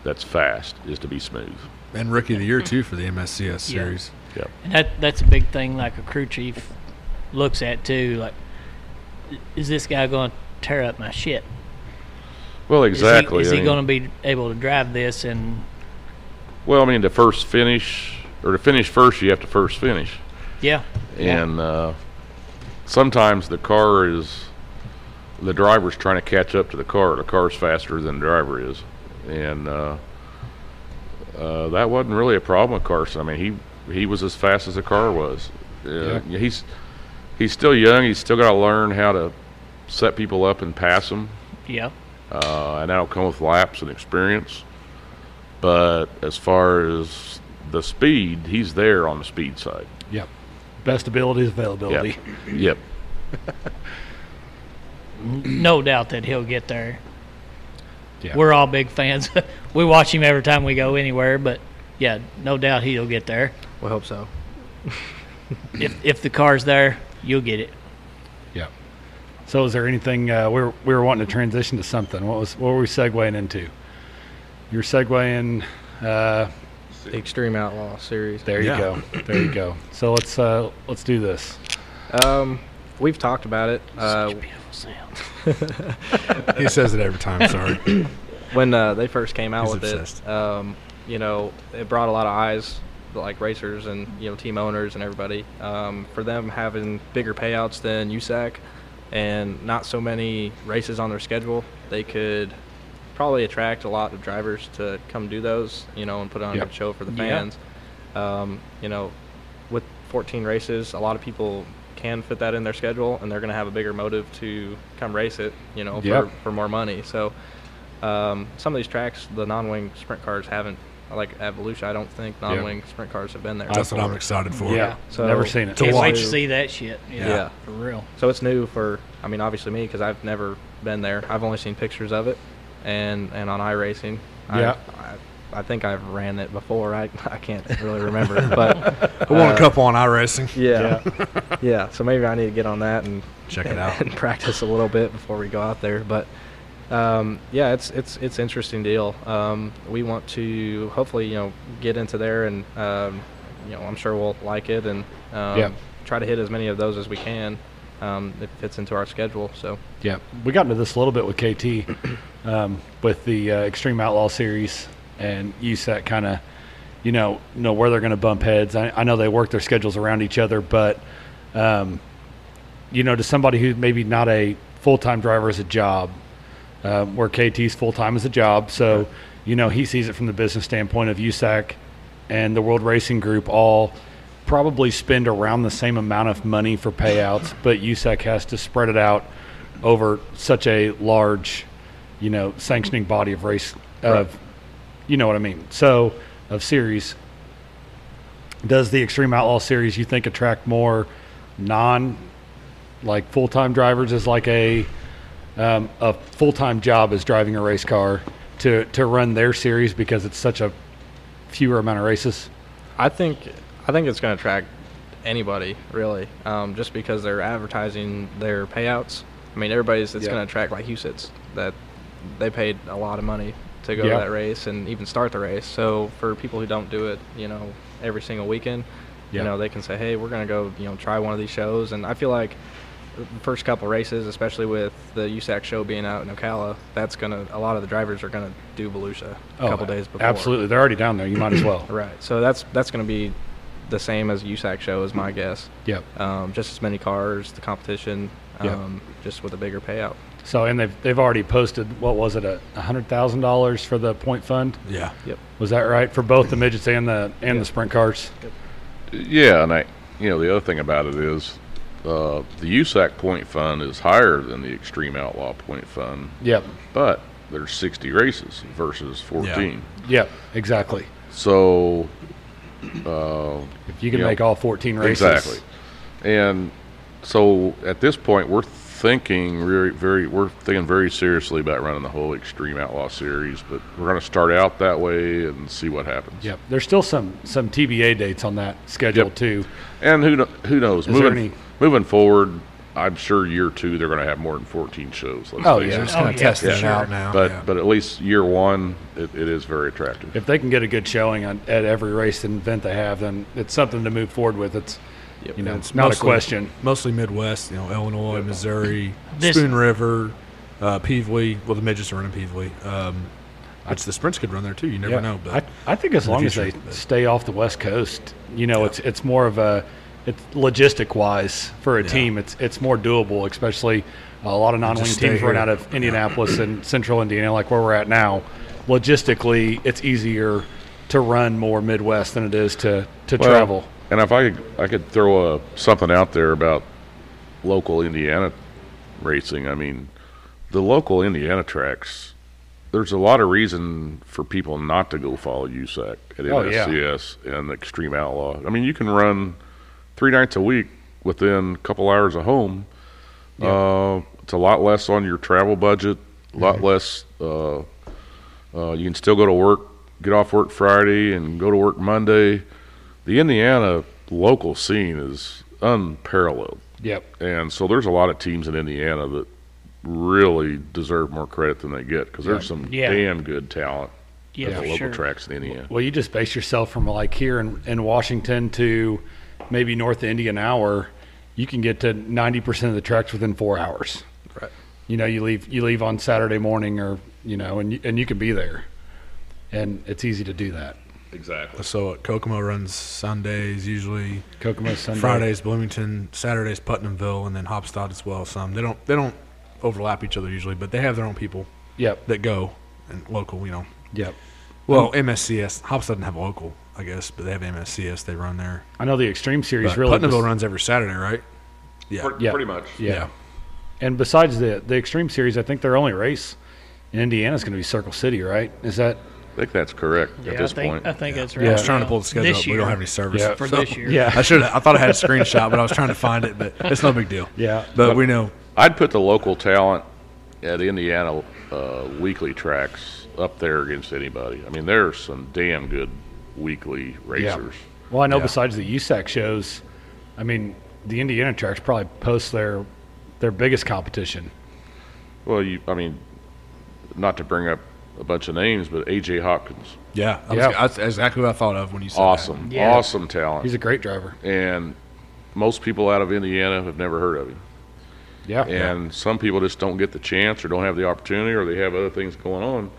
[SPEAKER 4] that's fast is to be smooth.
[SPEAKER 5] and rookie of the year too for the MSCS
[SPEAKER 1] Yeah.
[SPEAKER 5] series.
[SPEAKER 1] And that that's a big thing. Like a crew chief looks at too. Like, is this guy going to tear up my shit.
[SPEAKER 4] Well,
[SPEAKER 1] Is he-
[SPEAKER 4] exactly.
[SPEAKER 1] Is
[SPEAKER 4] I
[SPEAKER 1] he,
[SPEAKER 4] mean-
[SPEAKER 1] going to be able to drive this? And
[SPEAKER 4] Well, I mean, to first finish or to finish first, you have to first finish,
[SPEAKER 1] yeah, Yeah.
[SPEAKER 4] and uh, sometimes the car is the driver's trying to catch up to the car. The car's faster than the driver is, and uh, uh, that wasn't really a problem with Carson. I mean, he he was as fast as the car was. Uh, yeah. He's he's still young. He's still got to learn how to set people up and pass them
[SPEAKER 1] yeah,
[SPEAKER 4] uh, and that'll come with laps and experience. But as far as the speed, he's there on the speed side.
[SPEAKER 2] Yep. Best ability is availability.
[SPEAKER 4] Yep. Yep.
[SPEAKER 1] no doubt that he'll get there.
[SPEAKER 2] Yeah.
[SPEAKER 1] We're all big fans. [laughs] we watch him every time we go anywhere, but yeah, no doubt he'll get there.
[SPEAKER 3] We hope so.
[SPEAKER 1] If if the car's there, you'll get it.
[SPEAKER 2] Yep. So, is there anything uh, we were we were wanting to transition to something? What was what were we segueing into? You're segueing. Uh,
[SPEAKER 3] The Extreme Outlaw series.
[SPEAKER 2] there you
[SPEAKER 5] Yeah.
[SPEAKER 2] go. There you go. So let's uh, let's do this.
[SPEAKER 3] Um, we've talked about it. Uh,
[SPEAKER 1] Beautiful sound.
[SPEAKER 3] [laughs]
[SPEAKER 5] he says it every time. Sorry.
[SPEAKER 1] [laughs]
[SPEAKER 3] when uh, they first came out
[SPEAKER 5] He's
[SPEAKER 3] with
[SPEAKER 5] obsessed.
[SPEAKER 3] it, um, you know, it brought a lot of eyes, like racers and you know team owners and everybody, um, for them having bigger payouts than USAC, and not so many races on their schedule. They could probably attract a lot of drivers to come do those, you know, and put on a
[SPEAKER 2] Yep.
[SPEAKER 3] good show for the
[SPEAKER 1] Yeah.
[SPEAKER 3] fans. Um, you know, with 14 races, a lot of people can fit that in their schedule, and they're going to have a bigger motive to come race it, you know,
[SPEAKER 2] Yep.
[SPEAKER 3] for, for more money. So um, some of these tracks, the non-wing sprint cars haven't, like Evolution, I don't think
[SPEAKER 2] Yeah.
[SPEAKER 3] non-wing sprint cars have been there.
[SPEAKER 5] That's what I'm
[SPEAKER 3] before.
[SPEAKER 5] excited for.
[SPEAKER 2] yeah.
[SPEAKER 3] So-
[SPEAKER 2] Never seen it.
[SPEAKER 5] To
[SPEAKER 1] Can't wait to
[SPEAKER 5] watch.
[SPEAKER 1] see that shit. Yeah,
[SPEAKER 3] Yeah.
[SPEAKER 1] for real.
[SPEAKER 3] So it's new for, I mean, obviously me because I've never been there. I've only seen pictures of it, and and on iRacing.
[SPEAKER 2] Yeah.
[SPEAKER 3] I, I, I think I've ran it before. I I can't really remember, [laughs] but
[SPEAKER 5] I won
[SPEAKER 3] Uh,
[SPEAKER 5] a couple
[SPEAKER 3] [laughs]
[SPEAKER 5] on iRacing.
[SPEAKER 3] yeah,
[SPEAKER 5] [laughs]
[SPEAKER 3] yeah. So maybe I need to get on that and
[SPEAKER 5] Check it
[SPEAKER 3] [laughs] and-
[SPEAKER 5] out.
[SPEAKER 3] and practice a little bit before we go out there. But um, yeah, it's it's it's interesting deal. Um, we want to hopefully you know get into there and um, you know I'm sure we'll like it and um,
[SPEAKER 2] Yeah.
[SPEAKER 3] try to hit as many of those as we can. Um, it fits into our schedule, so
[SPEAKER 2] Yeah, we got into this a little bit with KT, [clears throat] um, with the uh, Extreme Outlaw series, and USAC kind of, you know, know where they're going to bump heads. I, I know they work their schedules around each other, but, um, you know, to somebody who's maybe not a full time driver as a job, um, where KT's full time as a job, so you know he sees it from the business standpoint of USAC and the World Racing Group all probably spend around the same amount of money for payouts, but USAC has to spread it out over such a large, you know, sanctioning body of race of, you know what I mean. So of series, does the Extreme Outlaw series you think attract more non, like full time drivers as like a um, a full time job as driving a race car to to run their series because it's such a fewer amount of races.
[SPEAKER 3] I think I think it's going to attract anybody really, um, just because they're advertising their payouts. I mean, everybody's it's
[SPEAKER 2] Yeah.
[SPEAKER 3] going to attract like Husitz that they paid a lot of money to go
[SPEAKER 2] Yeah.
[SPEAKER 3] to that race and even start the race. So for people who don't do it, you know, every single weekend,
[SPEAKER 2] Yeah.
[SPEAKER 3] you know, they can say, hey, we're going to go, you know, try one of these shows. And I feel like the first couple races, especially with the USAC show being out in Ocala, that's going to a lot of the drivers are going to do Volusia a couple days before.
[SPEAKER 2] Oh, Absolutely, they're already down there. You might as well.
[SPEAKER 3] [coughs] Right. So that's that's going to be the same as USAC show is my guess.
[SPEAKER 2] Yep.
[SPEAKER 3] Um, just as many cars, the competition,
[SPEAKER 2] Yeah.
[SPEAKER 3] um, just with a bigger payout.
[SPEAKER 2] So and they've they've already posted what was it a hundred thousand dollars for the point fund?
[SPEAKER 5] Yeah.
[SPEAKER 3] Yep.
[SPEAKER 2] Was that right for both the midgets and the and the sprint cars?
[SPEAKER 4] Yeah, and I, you know, the other thing about it is uh, the USAC point fund is higher than the Extreme Outlaw point fund,
[SPEAKER 2] Yep.
[SPEAKER 4] but there's 60 races versus 14.
[SPEAKER 2] Yep. Exactly.
[SPEAKER 4] So, uh,
[SPEAKER 2] If you can
[SPEAKER 4] Yep.
[SPEAKER 2] make all fourteen races.
[SPEAKER 4] Exactly. And so at this point, we're thinking very, very, we're thinking very seriously about running the whole Extreme Outlaw series, but we're going to start out that way and see what happens.
[SPEAKER 2] Yep. There's still some some TBA dates on that schedule
[SPEAKER 4] Yep.
[SPEAKER 2] too.
[SPEAKER 4] And who kno- who knows?
[SPEAKER 2] Is there
[SPEAKER 4] moving
[SPEAKER 2] any-
[SPEAKER 4] moving forward, I'm sure year two they're going to have more than 14 shows. Let's
[SPEAKER 2] Oh
[SPEAKER 4] face
[SPEAKER 2] yeah.
[SPEAKER 5] Just kind
[SPEAKER 1] Oh,
[SPEAKER 5] of
[SPEAKER 1] yeah,
[SPEAKER 5] testing
[SPEAKER 1] for
[SPEAKER 5] it
[SPEAKER 1] sure.
[SPEAKER 5] out now.
[SPEAKER 4] it. But
[SPEAKER 5] yeah.
[SPEAKER 4] but at least year one, it, it is very attractive.
[SPEAKER 2] if they can get a good showing on, at every race and event they have, then it's something to move forward with. It's you know,
[SPEAKER 5] And
[SPEAKER 2] it's not a
[SPEAKER 5] mostly-
[SPEAKER 2] question. [clears throat]
[SPEAKER 5] Mostly Midwest, you know, Illinois, Missouri,
[SPEAKER 1] This-
[SPEAKER 5] Spoon River, uh, Peevely. Well, the midgets are running Peevely. Um, which the sprints could run there too. You never
[SPEAKER 2] Yeah.
[SPEAKER 5] know. But
[SPEAKER 2] I, I think as
[SPEAKER 5] in the
[SPEAKER 2] long as they
[SPEAKER 5] future, but-
[SPEAKER 2] stay off the West Coast, you know, it's it's more of a it's logistic wise for a
[SPEAKER 5] Yeah.
[SPEAKER 2] team. It's it's more doable, especially a lot of non-wing
[SPEAKER 5] stay
[SPEAKER 2] teams run
[SPEAKER 5] here.
[SPEAKER 2] out of Indianapolis and Central Indiana, like where we're at now. Logistically, it's easier to run more Midwest than it is to to
[SPEAKER 4] Well,
[SPEAKER 2] travel.
[SPEAKER 4] And if I could, I could throw a, something out there about local Indiana racing. I mean, the local Indiana tracks. There's a lot of reason for people not to go follow USAC at
[SPEAKER 2] Oh, yeah.
[SPEAKER 4] NSCS and Extreme Outlaw. I mean, you can run three nights a week within a couple hours of home. Uh, it's a lot less on your travel budget. A
[SPEAKER 2] Mm-hmm.
[SPEAKER 4] lot less. Uh, uh, you can still go to work, get off work Friday, and go to work Monday. The Indiana local scene is unparalleled,
[SPEAKER 2] Yep.
[SPEAKER 4] and so there's a lot of teams in Indiana that really deserve more credit than they get because there's some
[SPEAKER 1] Yeah.
[SPEAKER 4] damn good talent
[SPEAKER 1] Yeah,
[SPEAKER 4] at the
[SPEAKER 1] for
[SPEAKER 4] local
[SPEAKER 1] sure.
[SPEAKER 4] tracks in Indiana.
[SPEAKER 2] Well, you just base yourself from like here in, in Washington to maybe north of Indian hour. You can get to ninety percent of the tracks within four hours.
[SPEAKER 7] Right.
[SPEAKER 2] You know, you leave you leave on Saturday morning, or you know, and you, and you can be there, and it's easy to do that.
[SPEAKER 4] Exactly.
[SPEAKER 5] so at Kokomo runs Sundays usually.
[SPEAKER 2] Kokomo Sunday.
[SPEAKER 5] Fridays Bloomington, Saturdays Putnamville, and then Hopstock as well. Some they don't they don't overlap each other usually, but they have their own people
[SPEAKER 2] Yep.
[SPEAKER 5] that go and local. You know,
[SPEAKER 2] Yep.
[SPEAKER 5] well MSCS Hopstock doesn't have a local, I guess, but they have MSCS. They run there.
[SPEAKER 2] I know the Extreme Series
[SPEAKER 5] But
[SPEAKER 2] really.
[SPEAKER 5] Putnamville
[SPEAKER 2] bes-
[SPEAKER 5] runs every Saturday, right? Yeah,
[SPEAKER 2] Yeah.
[SPEAKER 4] Pretty much.
[SPEAKER 2] yeah. And besides the the Extreme Series, I think their only race in Indiana is going to be Circle City, right? Is that
[SPEAKER 4] I think that's correct
[SPEAKER 1] Yeah,
[SPEAKER 4] at this
[SPEAKER 1] I think uh,
[SPEAKER 4] point.
[SPEAKER 1] I think that's right.
[SPEAKER 2] Yeah.
[SPEAKER 5] I was trying to pull the
[SPEAKER 1] This
[SPEAKER 5] schedule up. We
[SPEAKER 1] year.
[SPEAKER 5] don't have any service
[SPEAKER 2] Yeah.
[SPEAKER 1] for
[SPEAKER 5] so-
[SPEAKER 1] this year.
[SPEAKER 2] yeah
[SPEAKER 5] I should. I thought I had a screenshot, but I was trying to find it. But it's no big deal.
[SPEAKER 2] Yeah.
[SPEAKER 5] but we know
[SPEAKER 4] I'd put the local talent at Indiana uh, weekly tracks up there against anybody. I mean, there's some damn good weekly racers.
[SPEAKER 2] Well, I know
[SPEAKER 5] Yeah.
[SPEAKER 2] besides the USAC shows, I mean, the Indiana tracks probably post their their biggest competition.
[SPEAKER 4] Well, you, I mean, not to bring up a bunch of names, but AJ Hopkins,
[SPEAKER 5] Yeah, I was-
[SPEAKER 2] Yeah.
[SPEAKER 5] that's exactly what I thought of when you said that.
[SPEAKER 4] awesome,
[SPEAKER 1] Yeah.
[SPEAKER 4] awesome talent,
[SPEAKER 2] He's a great driver.
[SPEAKER 4] and most people out of Indiana have never heard of him.
[SPEAKER 2] Yeah.
[SPEAKER 4] And some people just don't get the chance or don't have the opportunity or they have other things going on.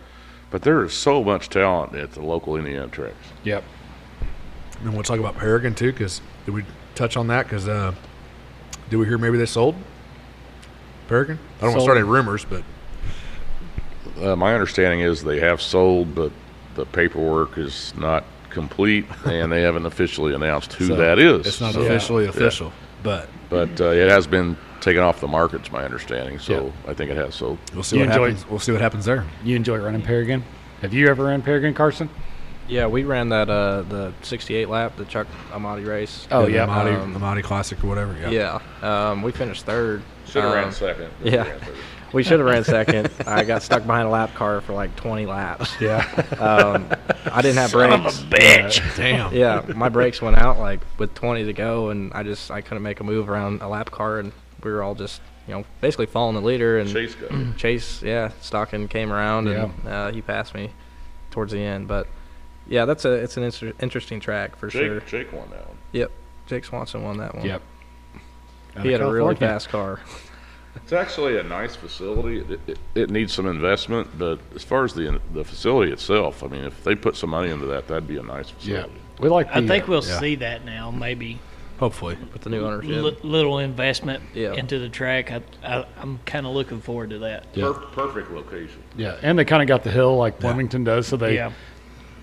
[SPEAKER 4] But there is so much talent at the local Indiana tracks.
[SPEAKER 2] Yep.
[SPEAKER 5] And we'll talk about Paragon too, because did we touch on that? Because uh, did we hear maybe they sold Paragon? I don't want to start any rumors, but
[SPEAKER 4] Uh, my understanding is they have sold, but the paperwork is not complete, and they haven't officially announced who
[SPEAKER 5] So,
[SPEAKER 4] that is.
[SPEAKER 5] it's not
[SPEAKER 4] So-
[SPEAKER 5] officially official. But
[SPEAKER 4] but uh, it has been taken off the market, is my understanding. So I think it has sold.
[SPEAKER 5] we'll see
[SPEAKER 2] You
[SPEAKER 5] what
[SPEAKER 2] enjoy-
[SPEAKER 5] happens. We'll see what happens there.
[SPEAKER 2] You enjoy running Paragon? Have you ever run Paragon, Carson?
[SPEAKER 7] Yeah, we ran that uh, the 68 lap, the Chuck Amati race.
[SPEAKER 2] Oh,
[SPEAKER 5] the
[SPEAKER 2] yeah.
[SPEAKER 5] Amati,
[SPEAKER 7] Um,
[SPEAKER 5] Amati Classic or whatever. Yeah,
[SPEAKER 7] Yeah, um, we finished third.
[SPEAKER 4] Should have
[SPEAKER 7] Um,
[SPEAKER 4] ran second.
[SPEAKER 7] yeah. We should have ran second. I got stuck behind a lap car for like 20 laps.
[SPEAKER 2] Yeah.
[SPEAKER 7] [laughs] Um, I didn't
[SPEAKER 4] [laughs]
[SPEAKER 7] have brakes.
[SPEAKER 5] [laughs] damn.
[SPEAKER 7] Yeah, my brakes went out like with 20 to go, and I just I couldn't make a move around a lap car, and we were all just you know basically following the leader and
[SPEAKER 4] Chase got
[SPEAKER 2] Mm.
[SPEAKER 4] it.
[SPEAKER 7] Chase, yeah, Stockton came around and uh, he passed me towards the end. But yeah, that's a it's an inter- interesting track for
[SPEAKER 4] Jake,
[SPEAKER 7] sure.
[SPEAKER 4] Jake won that one.
[SPEAKER 7] Yep, Jake Swanson won that one.
[SPEAKER 2] yep.
[SPEAKER 7] he had a really
[SPEAKER 2] California.
[SPEAKER 7] fast car.
[SPEAKER 4] It's actually a nice facility. It, it, it needs some investment, but as far as the the facility itself, I mean, if they put some money into that, that'd be a nice
[SPEAKER 2] Yeah.
[SPEAKER 4] facility.
[SPEAKER 2] We like. The, uh,
[SPEAKER 1] I think we'll
[SPEAKER 5] Yeah.
[SPEAKER 1] see that now. Maybe
[SPEAKER 5] Hopefully,
[SPEAKER 7] With the new ownership.
[SPEAKER 1] Li- little investment
[SPEAKER 7] Yeah.
[SPEAKER 1] into the track. I, I, I'm kind of looking forward to that.
[SPEAKER 2] Yeah.
[SPEAKER 4] Per- perfect location.
[SPEAKER 2] yeah, and they kind of got the hill like Bloomington does, so they
[SPEAKER 1] yeah,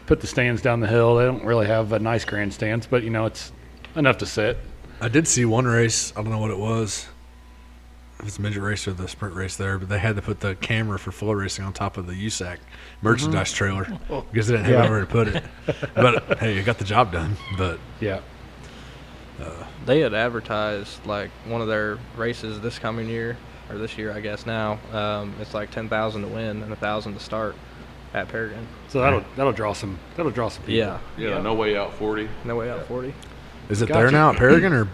[SPEAKER 2] put the stands down the hill. They don't really have a nice grandstands, but you know it's enough to sit.
[SPEAKER 5] I did see one race. I don't know what it was. If it's a midget race or the sprint race there, but they had to put the camera for floor racing on top of the USAC merchandise trailer because they didn't have
[SPEAKER 2] Yeah.
[SPEAKER 5] anywhere to put it. But hey, it got the job done. But
[SPEAKER 2] Yeah.
[SPEAKER 7] They had advertised like one of their races this coming year or this year, I guess now. Um, it's like 10,000 to win and a thousand to start at Paragon.
[SPEAKER 2] So that'll that'll draw some that'll draw some people.
[SPEAKER 7] Yeah,
[SPEAKER 4] Yeah, no way out forty.
[SPEAKER 7] no way out 40.
[SPEAKER 5] Is it
[SPEAKER 2] Gotcha.
[SPEAKER 5] there now at Paragon or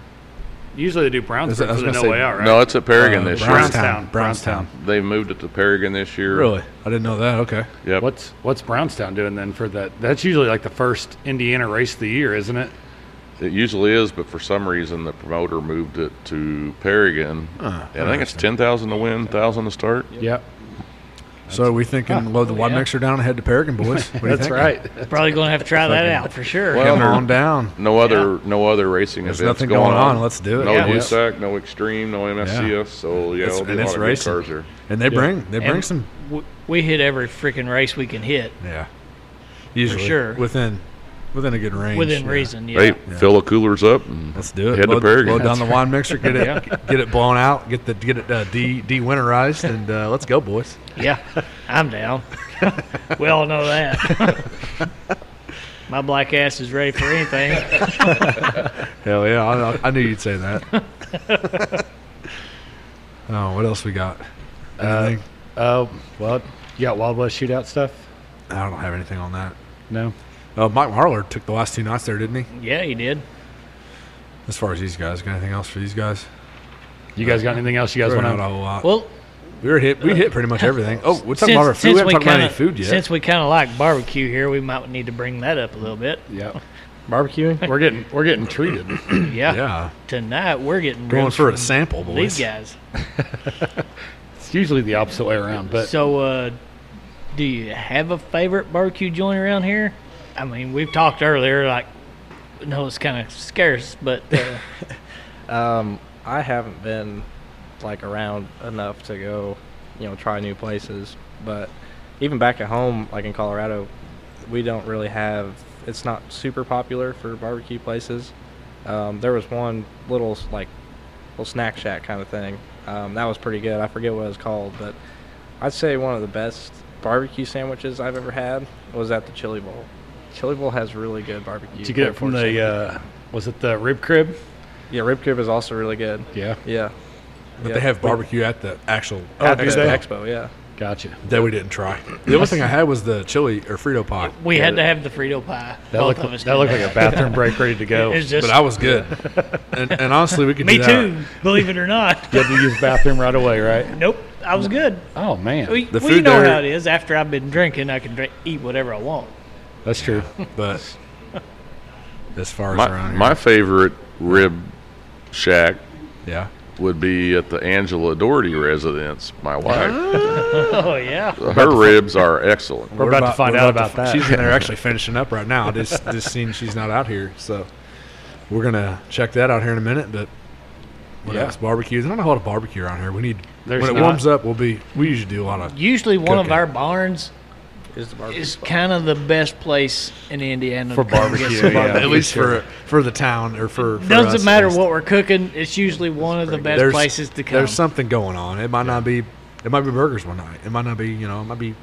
[SPEAKER 2] Usually they do
[SPEAKER 5] Is it-
[SPEAKER 2] Brownsville
[SPEAKER 5] I was
[SPEAKER 2] for the
[SPEAKER 5] gonna
[SPEAKER 2] no
[SPEAKER 5] say-
[SPEAKER 2] way out, right?
[SPEAKER 4] No, it's at Paragon
[SPEAKER 5] Uh,
[SPEAKER 4] this year.
[SPEAKER 5] Brownstown.
[SPEAKER 2] Brownstown.
[SPEAKER 5] Brownstown.
[SPEAKER 4] They moved it to Paragon this year.
[SPEAKER 5] I didn't know that. Okay.
[SPEAKER 4] Yep.
[SPEAKER 2] What's what's Brownstown doing then for that? That's usually like the first Indiana race of the year, isn't it?
[SPEAKER 4] It usually is, but for some reason the promoter moved it to Perrigan.
[SPEAKER 5] Huh,
[SPEAKER 4] and I think it's ten thousand to win, thousand to start.
[SPEAKER 2] Yep.
[SPEAKER 5] So are we thinking load the
[SPEAKER 1] Oh,
[SPEAKER 5] wide
[SPEAKER 1] yeah.
[SPEAKER 5] mixer down and head to Paragon, boys? What do
[SPEAKER 2] [laughs]
[SPEAKER 5] you
[SPEAKER 2] That's
[SPEAKER 5] think?
[SPEAKER 2] right.
[SPEAKER 1] Probably going to have to try that out for sure.
[SPEAKER 4] Well,
[SPEAKER 5] Come on down.
[SPEAKER 4] No other, no other racing
[SPEAKER 5] There's
[SPEAKER 4] events
[SPEAKER 5] nothing
[SPEAKER 4] going,
[SPEAKER 5] going on. Let's do it.
[SPEAKER 4] No
[SPEAKER 1] Yeah.
[SPEAKER 4] USAC, no Extreme, no MSCS. So yeah,
[SPEAKER 5] It's-
[SPEAKER 4] it'll be
[SPEAKER 5] and
[SPEAKER 4] a
[SPEAKER 5] it's
[SPEAKER 4] lot of good
[SPEAKER 5] racing.
[SPEAKER 4] cars there.
[SPEAKER 5] And they bring they bring
[SPEAKER 1] And-
[SPEAKER 5] some
[SPEAKER 1] W- We hit every freaking race we can hit
[SPEAKER 5] yeah. Usually
[SPEAKER 1] sure.
[SPEAKER 5] within within a good range.
[SPEAKER 1] within
[SPEAKER 5] yeah.
[SPEAKER 1] reason. Yeah.
[SPEAKER 4] Hey, fill the coolers up and
[SPEAKER 5] Let's do it.
[SPEAKER 4] Head to
[SPEAKER 5] load,
[SPEAKER 4] Paragon.
[SPEAKER 5] load down the wine mixer. Get it get it blown out. Get the get it uh, de de winterized and uh, let's go, boys.
[SPEAKER 1] Yeah, I'm down. [laughs] we all know that.
[SPEAKER 5] [laughs]
[SPEAKER 1] My black ass is ready for anything.
[SPEAKER 5] Hell yeah! I, I knew you'd say that.
[SPEAKER 1] [laughs]
[SPEAKER 5] oh, what else we got?
[SPEAKER 2] Uh,
[SPEAKER 5] Anything?
[SPEAKER 2] [laughs] uh, well, you got Wild West shootout stuff?
[SPEAKER 5] I don't have anything on that.
[SPEAKER 2] No.
[SPEAKER 5] Oh, Mike Marlar took the last two nights there, didn't he?
[SPEAKER 1] Yeah, he did.
[SPEAKER 5] As far as these guys, got anything else for these guys?
[SPEAKER 2] You guys got anything else you guys
[SPEAKER 5] Really
[SPEAKER 2] want
[SPEAKER 5] not a
[SPEAKER 2] to?
[SPEAKER 5] whole lot.
[SPEAKER 1] Well,
[SPEAKER 5] we were hit. We hit pretty much everything. Oh, we're talking about our food. We haven't talked about any food yet.
[SPEAKER 1] Since we kind of like barbecue here, we might need to bring that up a little bit. [clears throat]
[SPEAKER 2] Yeah. [laughs]
[SPEAKER 3] Barbecuing?
[SPEAKER 2] We're getting we're getting treated.
[SPEAKER 1] Yeah.
[SPEAKER 5] yeah,
[SPEAKER 1] Tonight we're getting
[SPEAKER 5] going
[SPEAKER 1] ribs
[SPEAKER 5] for a
[SPEAKER 1] from
[SPEAKER 5] sample, boys.
[SPEAKER 1] these guys.
[SPEAKER 2] It's usually the opposite way around, but
[SPEAKER 1] so, uh, do you have a favorite barbecue joint around here? I mean, we've talked earlier. Like, no, it's kind of scarce, but uh,
[SPEAKER 3] Um, I haven't been like around enough to go, you know, try new places. But even back at home, like in Colorado, we don't really have. It's not super popular for barbecue places. Um, there was one little s- like little snack shack kind of thing. Um, that was pretty good. I forget what it was called, but I'd say one of the best barbecue sandwiches I've ever had was at the Chili Bowl. Chili Bowl has really good barbecue.
[SPEAKER 2] did you get it
[SPEAKER 3] pulled
[SPEAKER 2] from
[SPEAKER 3] pork
[SPEAKER 2] the
[SPEAKER 3] sandwiches.
[SPEAKER 2] uh, was it the rib crib?
[SPEAKER 3] yeah rib cube is also really good.
[SPEAKER 2] Yeah.
[SPEAKER 3] Yeah.
[SPEAKER 5] But
[SPEAKER 3] yeah.
[SPEAKER 5] they have barbecue at the actual.
[SPEAKER 2] Oh, do
[SPEAKER 3] Expo,
[SPEAKER 2] they?
[SPEAKER 3] Expo, yeah.
[SPEAKER 2] Gotcha.
[SPEAKER 5] That we didn't try. The only thing I had was the chili or Frito pie,
[SPEAKER 1] we had to have the Frito pie.
[SPEAKER 2] That
[SPEAKER 1] Both
[SPEAKER 2] looked
[SPEAKER 1] of us
[SPEAKER 2] that
[SPEAKER 1] did.
[SPEAKER 2] looked like a bathroom break ready to go.
[SPEAKER 1] [laughs] It's
[SPEAKER 2] you
[SPEAKER 1] just
[SPEAKER 5] but I was good. and, and honestly, we could
[SPEAKER 1] me
[SPEAKER 5] do that. [laughs]
[SPEAKER 1] too. Believe it or not.
[SPEAKER 2] had to use bathroom right away, right?
[SPEAKER 1] Nope, I was good.
[SPEAKER 2] Oh man,
[SPEAKER 1] We,
[SPEAKER 5] The
[SPEAKER 1] we
[SPEAKER 5] food
[SPEAKER 1] know
[SPEAKER 5] there-
[SPEAKER 1] how it is. After I've been drinking, I can drink, eat whatever I want.
[SPEAKER 2] that's true.
[SPEAKER 5] But as far as around
[SPEAKER 4] My,
[SPEAKER 5] here,
[SPEAKER 4] my favorite rib shack
[SPEAKER 5] yeah,
[SPEAKER 4] would be at the Angela Doherty residence. My wife,
[SPEAKER 1] Oh yeah.
[SPEAKER 4] her ribs are excellent.
[SPEAKER 2] We're about to find
[SPEAKER 5] we're
[SPEAKER 2] out
[SPEAKER 5] to-
[SPEAKER 2] about that.
[SPEAKER 5] She's in there actually finishing up right now. Just just seeing she's not out here, so we're gonna check that out here in a minute. But what
[SPEAKER 2] Yeah.
[SPEAKER 5] else? Barbecues. I don't know how to barbecue around here. We need
[SPEAKER 2] There's
[SPEAKER 5] when it
[SPEAKER 2] not-
[SPEAKER 5] warms up. We'll be we usually do a
[SPEAKER 2] [laughs]
[SPEAKER 5] lot of
[SPEAKER 1] Usually, one of
[SPEAKER 5] Cooking.
[SPEAKER 1] our barns
[SPEAKER 3] Is the barbecue.
[SPEAKER 1] is kind of the best place in Indiana
[SPEAKER 2] For
[SPEAKER 1] to come get
[SPEAKER 2] barbecue,
[SPEAKER 1] some
[SPEAKER 2] yeah.
[SPEAKER 1] barbecue.
[SPEAKER 5] [laughs] at least for for the town or for, for us,
[SPEAKER 1] Doesn't
[SPEAKER 5] at
[SPEAKER 1] matter
[SPEAKER 5] least.
[SPEAKER 1] what we're cooking. It's usually one of the best
[SPEAKER 5] There's-
[SPEAKER 1] places to come.
[SPEAKER 5] There's something going on. It might not be. It might be burgers one night. It might not be. You know, it might be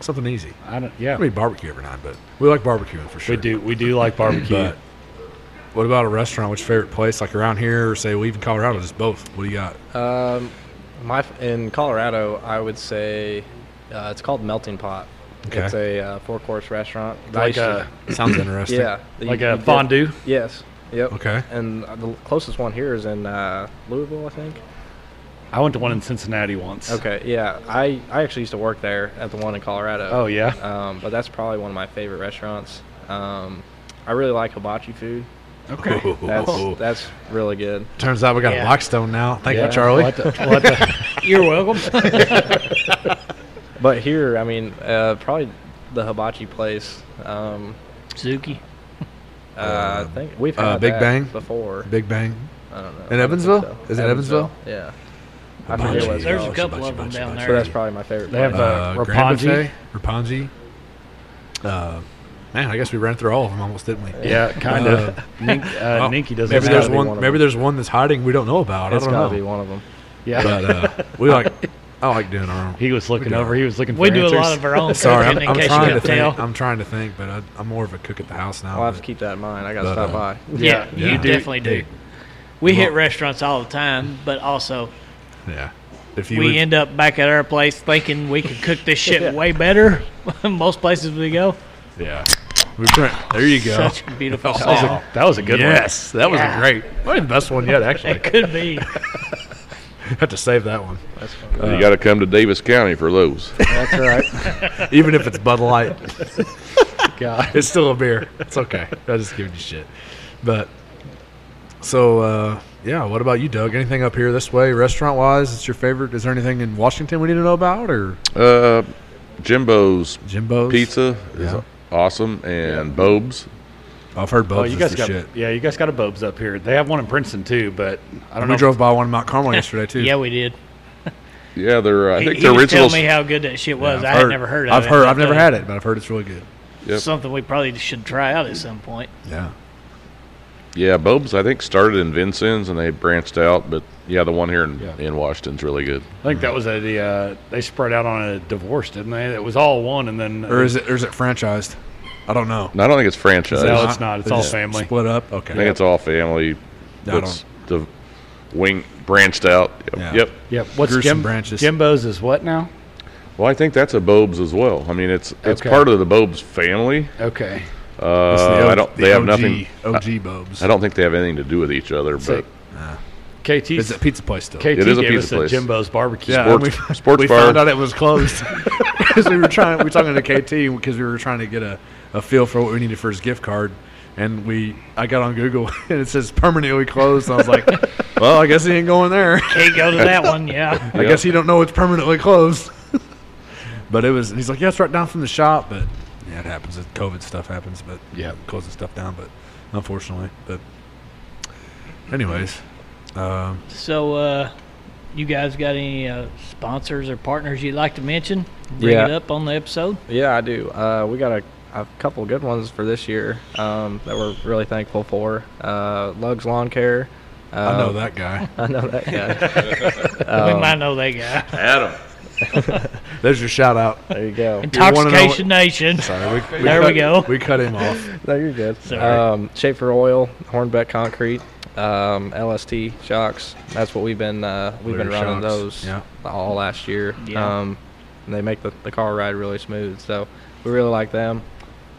[SPEAKER 5] something easy. It
[SPEAKER 2] [laughs] I don't. Yeah,
[SPEAKER 5] might be barbecue every night, but we like barbecuing for sure.
[SPEAKER 2] we do we do like barbecue.
[SPEAKER 5] But what about a restaurant? What's your favorite place? Like around here, or say, well, even Colorado, just both. What do you got?
[SPEAKER 3] Um, my f- in Colorado, I would say uh, it's called Melting Pot.
[SPEAKER 5] Okay.
[SPEAKER 3] It's a uh, four-course restaurant.
[SPEAKER 2] like
[SPEAKER 3] Glacier-
[SPEAKER 2] a
[SPEAKER 5] Sounds interesting.
[SPEAKER 3] yeah, you-
[SPEAKER 2] like
[SPEAKER 3] you
[SPEAKER 2] a
[SPEAKER 3] dip-
[SPEAKER 2] fondue.
[SPEAKER 3] Yes. Yep.
[SPEAKER 5] Okay.
[SPEAKER 3] And uh, the closest one here is in uh, Louisville, I think.
[SPEAKER 2] I went to one in Cincinnati once.
[SPEAKER 3] Okay. Yeah. I I actually used to work there at the one in Colorado.
[SPEAKER 2] Oh yeah.
[SPEAKER 3] Um, but that's probably one of my favorite restaurants. Um, I really like hibachi food.
[SPEAKER 2] Okay.
[SPEAKER 3] That's that's really good.
[SPEAKER 5] Turns out we got
[SPEAKER 1] Yeah.
[SPEAKER 5] a lockstone now. Thank
[SPEAKER 2] Yeah,
[SPEAKER 5] you, Charlie.
[SPEAKER 2] we'll have to- we'll have to-
[SPEAKER 1] You're welcome.
[SPEAKER 3] But here, I mean, uh, probably the hibachi place. Um,
[SPEAKER 1] Suzuki.
[SPEAKER 3] Uh, I think we've
[SPEAKER 5] uh,
[SPEAKER 3] had
[SPEAKER 5] Big
[SPEAKER 3] that
[SPEAKER 5] Bang?
[SPEAKER 3] before.
[SPEAKER 5] Big Bang.
[SPEAKER 3] I don't know.
[SPEAKER 5] In
[SPEAKER 3] I don't think
[SPEAKER 5] Evansville?
[SPEAKER 3] so.
[SPEAKER 5] Is it Evansville?
[SPEAKER 3] Yeah. I forget
[SPEAKER 5] Hibachi.
[SPEAKER 3] what it's
[SPEAKER 1] There's a
[SPEAKER 3] called,
[SPEAKER 1] couple of them down
[SPEAKER 3] but
[SPEAKER 1] there.
[SPEAKER 3] that's probably my favorite.
[SPEAKER 2] They have
[SPEAKER 3] place.
[SPEAKER 2] uh,
[SPEAKER 5] Uh, Grand
[SPEAKER 2] Rapangi.
[SPEAKER 5] Buffet, Rapangi. Uh, man, I guess we ran through all of them almost, didn't we? [laughs]
[SPEAKER 2] Yeah, kind
[SPEAKER 5] Uh,
[SPEAKER 2] of. Nink, uh,
[SPEAKER 5] well,
[SPEAKER 2] Ninky doesn't.
[SPEAKER 5] Maybe
[SPEAKER 3] gotta
[SPEAKER 5] there's
[SPEAKER 3] be
[SPEAKER 5] one.
[SPEAKER 3] one of
[SPEAKER 5] maybe
[SPEAKER 3] them.
[SPEAKER 5] there's one that's hiding we don't know about.
[SPEAKER 3] it's
[SPEAKER 5] I
[SPEAKER 3] gotta
[SPEAKER 5] don't
[SPEAKER 3] be
[SPEAKER 5] know.
[SPEAKER 3] one of them.
[SPEAKER 2] Yeah.
[SPEAKER 5] But uh, we like. I like doing our own.
[SPEAKER 2] He was looking
[SPEAKER 5] We do.
[SPEAKER 2] over. He was looking.
[SPEAKER 1] We
[SPEAKER 2] for
[SPEAKER 1] do a lot
[SPEAKER 2] answers.
[SPEAKER 1] of our own
[SPEAKER 5] [laughs] Sorry, I'm,
[SPEAKER 1] cooking, in
[SPEAKER 5] I'm
[SPEAKER 1] case you
[SPEAKER 5] trying to
[SPEAKER 1] couldn't tell.
[SPEAKER 5] think. I'm trying to think, but I, I'm more of a cook at the house now.
[SPEAKER 3] I'll have to
[SPEAKER 5] but-
[SPEAKER 3] keep that in mind. I gotta
[SPEAKER 5] But,
[SPEAKER 3] stop
[SPEAKER 5] uh, [laughs]
[SPEAKER 3] by.
[SPEAKER 1] Yeah,
[SPEAKER 5] Yeah.
[SPEAKER 1] you
[SPEAKER 5] Yeah.
[SPEAKER 1] definitely do.
[SPEAKER 5] Hey.
[SPEAKER 1] We hit
[SPEAKER 5] Well-
[SPEAKER 1] restaurants all the time, but also
[SPEAKER 5] yeah. If you
[SPEAKER 1] we
[SPEAKER 5] would,
[SPEAKER 1] end up back at our place thinking we could cook this
[SPEAKER 5] [laughs]
[SPEAKER 1] shit way better. [laughs] Most places we go,
[SPEAKER 5] yeah, we print. There you go.
[SPEAKER 1] such beautiful
[SPEAKER 5] That
[SPEAKER 1] stuff.
[SPEAKER 5] was a
[SPEAKER 2] That was a good
[SPEAKER 5] Oh. yes, that was
[SPEAKER 1] Yeah.
[SPEAKER 5] a great. Probably the best one yet. Actually,
[SPEAKER 1] [laughs] It could be.
[SPEAKER 5] have to save that one,
[SPEAKER 4] you got to come to Davis County for those.
[SPEAKER 3] That's all right.
[SPEAKER 5] even if it's Bud Light.
[SPEAKER 2] one. God.
[SPEAKER 5] it's still a beer. It's okay. I'm just giving you shit. But So uh, yeah, what about you, Doug? Anything up here this way, restaurant wise? It's your favorite? Is there anything in Washington we need to know about, or
[SPEAKER 4] Uh, Jimbo's
[SPEAKER 5] Jimbo's
[SPEAKER 4] pizza is
[SPEAKER 5] Yeah.
[SPEAKER 4] awesome, and Bob's.
[SPEAKER 5] I've heard both.
[SPEAKER 2] Oh, you guys
[SPEAKER 5] the
[SPEAKER 2] got
[SPEAKER 5] shit.
[SPEAKER 2] yeah, you guys got a Bob's up here. They have one in Princeton too, but I don't
[SPEAKER 5] we
[SPEAKER 2] know.
[SPEAKER 5] drove by one in Mount Carmel
[SPEAKER 2] [laughs]
[SPEAKER 5] yesterday too.
[SPEAKER 1] Yeah, we did.
[SPEAKER 4] Yeah, they're. uh, I
[SPEAKER 1] he
[SPEAKER 4] think
[SPEAKER 1] he
[SPEAKER 4] the
[SPEAKER 1] was
[SPEAKER 4] original.
[SPEAKER 1] telling me how good that shit was.
[SPEAKER 5] I've
[SPEAKER 1] I had never heard of
[SPEAKER 5] I've
[SPEAKER 1] it.
[SPEAKER 5] heard.
[SPEAKER 1] but,
[SPEAKER 5] I've never
[SPEAKER 1] uh,
[SPEAKER 5] had it, but I've heard it's really good.
[SPEAKER 4] Yep.
[SPEAKER 1] Something we probably should try out at some point.
[SPEAKER 5] Yeah.
[SPEAKER 4] Yeah, Bob's. I think started in Vincennes and they branched out, but yeah, the one here in,
[SPEAKER 2] Yeah.
[SPEAKER 4] in Washington's really good.
[SPEAKER 2] I think that was a, the uh, they spread out on a divorce, didn't they? It was all one, and then
[SPEAKER 5] Or is it? Or is it franchised? I don't know.
[SPEAKER 4] And I don't think it's franchised.
[SPEAKER 2] No,
[SPEAKER 4] I
[SPEAKER 2] it's not. It's
[SPEAKER 5] They
[SPEAKER 2] all
[SPEAKER 5] just
[SPEAKER 2] family.
[SPEAKER 5] Split up. Okay.
[SPEAKER 4] think it's all family.
[SPEAKER 5] No, I
[SPEAKER 4] That's the wing branched out. Yep.
[SPEAKER 5] Yeah.
[SPEAKER 4] yep.
[SPEAKER 2] Yep. What's
[SPEAKER 5] Gruesome
[SPEAKER 2] Jim,
[SPEAKER 5] branches.
[SPEAKER 2] Jimbo's is what now?
[SPEAKER 4] Well, I think that's a Bob's as well. I mean, it's it's
[SPEAKER 2] Okay.
[SPEAKER 4] part of the Bob's family.
[SPEAKER 2] Okay.
[SPEAKER 4] Uh,
[SPEAKER 5] It's the O-
[SPEAKER 4] I don't.
[SPEAKER 5] the
[SPEAKER 4] They have
[SPEAKER 5] OG
[SPEAKER 4] nothing.
[SPEAKER 5] OG Bob's.
[SPEAKER 4] I don't think they have anything to do with each other, but
[SPEAKER 2] KT.
[SPEAKER 5] It's a pizza place still.
[SPEAKER 2] KT
[SPEAKER 4] It is a
[SPEAKER 2] gave
[SPEAKER 4] pizza
[SPEAKER 2] us
[SPEAKER 4] place.
[SPEAKER 2] a Jimbo's barbecue.
[SPEAKER 5] Yeah,
[SPEAKER 2] sport.
[SPEAKER 5] and
[SPEAKER 4] sports-
[SPEAKER 5] we,
[SPEAKER 4] sports
[SPEAKER 5] [laughs] we
[SPEAKER 4] bar.
[SPEAKER 5] found out it was closed
[SPEAKER 4] [laughs]
[SPEAKER 5] [laughs] because we were trying. We were talking to KT because we were trying to get a, a feel for what we needed for his gift card, and we I got on Google [laughs] and it says permanently closed. And I
[SPEAKER 4] [laughs]
[SPEAKER 5] was like, well, I guess he ain't going there. [laughs]
[SPEAKER 1] Can't go to that one. Yeah.
[SPEAKER 5] I guess he don't know it's permanently closed. [laughs] but it was. He's like, yeah, it's right down from the shop, but yeah, it happens. It- COVID stuff happens, but yeah, closing stuff down, but unfortunately, but anyways, um,
[SPEAKER 1] So, uh, you guys got any uh, sponsors or partners you'd like to mention? Bring
[SPEAKER 3] Yeah.
[SPEAKER 1] it up on the episode.
[SPEAKER 3] Yeah, I do. Uh, we got a, a couple good ones for this year um, that we're really thankful for. Uh, Lugs Lawn Care. Uh,
[SPEAKER 5] I know that guy.
[SPEAKER 3] [laughs] I know that guy.
[SPEAKER 5] Um,
[SPEAKER 1] we might know that
[SPEAKER 5] [laughs]
[SPEAKER 1] guy.
[SPEAKER 4] Adam.
[SPEAKER 5] There's your
[SPEAKER 4] [laughs]
[SPEAKER 5] shout out.
[SPEAKER 3] there you go.
[SPEAKER 5] [laughs] wanna know what-
[SPEAKER 1] Intoxication Nation.
[SPEAKER 5] Sorry, we,
[SPEAKER 1] There we
[SPEAKER 5] cut-
[SPEAKER 1] go.
[SPEAKER 5] We cut him off.
[SPEAKER 3] No, you're good.
[SPEAKER 1] Sorry.
[SPEAKER 3] Um, Schaefer Oil, Hornbeck Concrete, um, LST shocks. That's what we've been uh, we've been
[SPEAKER 5] Clear
[SPEAKER 3] running
[SPEAKER 5] shocks,
[SPEAKER 3] those
[SPEAKER 5] yeah.
[SPEAKER 3] all last year.
[SPEAKER 1] Yeah.
[SPEAKER 3] Um, and they make the, the car ride really smooth. So we really like them.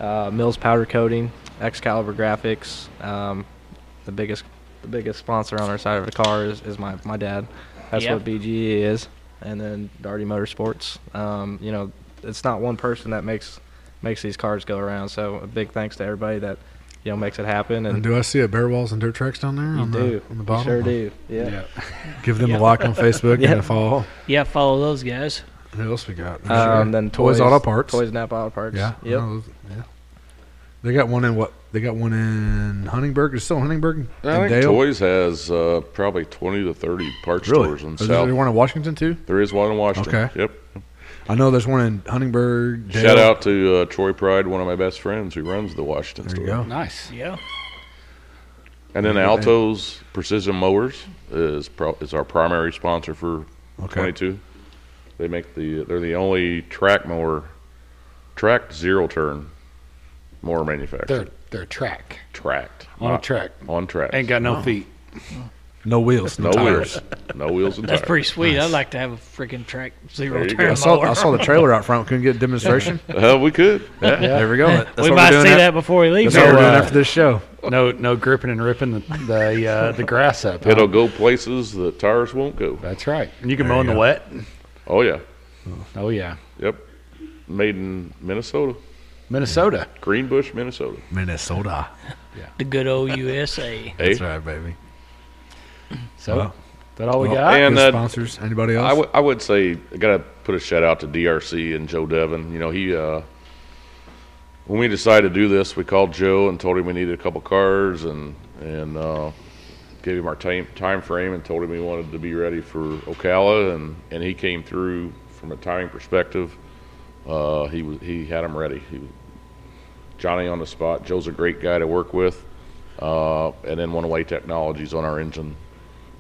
[SPEAKER 3] Uh, Mills Powder Coating, Excalibur Graphics. Um, the biggest the biggest sponsor on our side of the car is, is my, my dad. That's
[SPEAKER 1] Yeah.
[SPEAKER 3] what BGE is. And then Darty Motorsports. Um, you know, it's not one person that makes makes these cars go around. So a big thanks to everybody that you know makes it happen.
[SPEAKER 5] And
[SPEAKER 3] And
[SPEAKER 5] do I see a bear walls and dirt tracks down there
[SPEAKER 3] you
[SPEAKER 5] on the
[SPEAKER 3] do,
[SPEAKER 5] on the
[SPEAKER 3] you
[SPEAKER 5] bottom?
[SPEAKER 3] sure do. Yeah.
[SPEAKER 2] Yeah.
[SPEAKER 5] [laughs] Give them
[SPEAKER 1] Yeah.
[SPEAKER 5] a like
[SPEAKER 3] [laughs]
[SPEAKER 5] on Facebook
[SPEAKER 3] Yeah.
[SPEAKER 5] and a follow.
[SPEAKER 1] Yeah, follow those guys.
[SPEAKER 5] Who else we got?
[SPEAKER 3] Um, then
[SPEAKER 5] Toys
[SPEAKER 3] toys,
[SPEAKER 5] Auto Parts.
[SPEAKER 3] Toys Nap Auto Parts.
[SPEAKER 5] yeah, Oh, I
[SPEAKER 3] Yep.
[SPEAKER 5] know those- yeah. They got one in what? They got one in Huntingburg. Is it still Huntingburg?
[SPEAKER 4] I
[SPEAKER 5] in
[SPEAKER 4] think
[SPEAKER 5] Dale?
[SPEAKER 4] Toys has uh, probably twenty to thirty parts
[SPEAKER 5] Really?
[SPEAKER 4] stores in
[SPEAKER 5] Is there
[SPEAKER 4] South.
[SPEAKER 5] one in Washington too?
[SPEAKER 4] There is one in Washington.
[SPEAKER 5] Okay.
[SPEAKER 4] Yep.
[SPEAKER 5] I know there's one in Huntingburg. Dale.
[SPEAKER 4] Shout out to uh, Troy Pride, one of my best friends who runs the Washington
[SPEAKER 5] There
[SPEAKER 4] store.
[SPEAKER 5] you go.
[SPEAKER 2] Nice.
[SPEAKER 1] Yeah.
[SPEAKER 4] And then
[SPEAKER 5] Yeah, thank-
[SPEAKER 4] Alto's Precision Mowers is pro- is our primary sponsor for
[SPEAKER 5] Okay.
[SPEAKER 4] 22. They make the they're the only track mower, tracked zero turn, mower manufacturer.
[SPEAKER 2] They're they're track
[SPEAKER 4] tracked
[SPEAKER 2] on a
[SPEAKER 4] not
[SPEAKER 2] track.
[SPEAKER 4] on track.
[SPEAKER 2] Ain't got no feet.
[SPEAKER 5] No wheels.
[SPEAKER 4] no
[SPEAKER 5] tires.
[SPEAKER 4] wheels, no
[SPEAKER 2] [laughs]
[SPEAKER 4] wheels and
[SPEAKER 1] That's
[SPEAKER 4] tires.
[SPEAKER 1] pretty sweet. I'd like to have a freaking track zero
[SPEAKER 4] There you
[SPEAKER 1] turn
[SPEAKER 4] go.
[SPEAKER 5] I saw, I saw the trailer out front. Couldn't get
[SPEAKER 3] [laughs]
[SPEAKER 5] a demonstration.
[SPEAKER 4] Uh,
[SPEAKER 2] [laughs]
[SPEAKER 4] we could.
[SPEAKER 5] There we go. That's
[SPEAKER 1] we
[SPEAKER 5] what
[SPEAKER 1] might
[SPEAKER 5] we're doing
[SPEAKER 1] see
[SPEAKER 5] af-
[SPEAKER 1] that before we leave
[SPEAKER 5] That's what we're
[SPEAKER 1] here.
[SPEAKER 5] doing
[SPEAKER 2] uh,
[SPEAKER 5] after this show.
[SPEAKER 2] No no gripping and ripping the the, uh, the grass up. huh?
[SPEAKER 4] It'll go places the tires won't go.
[SPEAKER 2] That's right. And you can
[SPEAKER 5] There
[SPEAKER 2] mow in
[SPEAKER 5] you
[SPEAKER 2] the
[SPEAKER 5] go.
[SPEAKER 2] wet.
[SPEAKER 4] Oh yeah.
[SPEAKER 2] Oh yeah,
[SPEAKER 4] Yep. Made in Minnesota,
[SPEAKER 2] Minnesota.
[SPEAKER 4] Greenbush, Minnesota.
[SPEAKER 5] Minnesota.
[SPEAKER 1] The good old USA.
[SPEAKER 4] Hey,
[SPEAKER 5] That's right, baby.
[SPEAKER 2] So
[SPEAKER 5] Well,
[SPEAKER 2] that all Oh, we
[SPEAKER 5] well,
[SPEAKER 2] got.
[SPEAKER 4] And,
[SPEAKER 5] Good
[SPEAKER 4] uh,
[SPEAKER 5] sponsors. Anybody else?
[SPEAKER 4] I would- I would say I gotta put a shout out to DRC and Joe Devin. You know he uh, when we decided to do this, we called Joe and told him we needed a couple cars and and uh, gave him our time time frame and told him we wanted to be ready for Ocala and and he came through from a timing perspective. Uh, he was he had him ready. He was Johnny on the spot. Joe's a great guy to work with. Uh, and then one-way technologies on our engine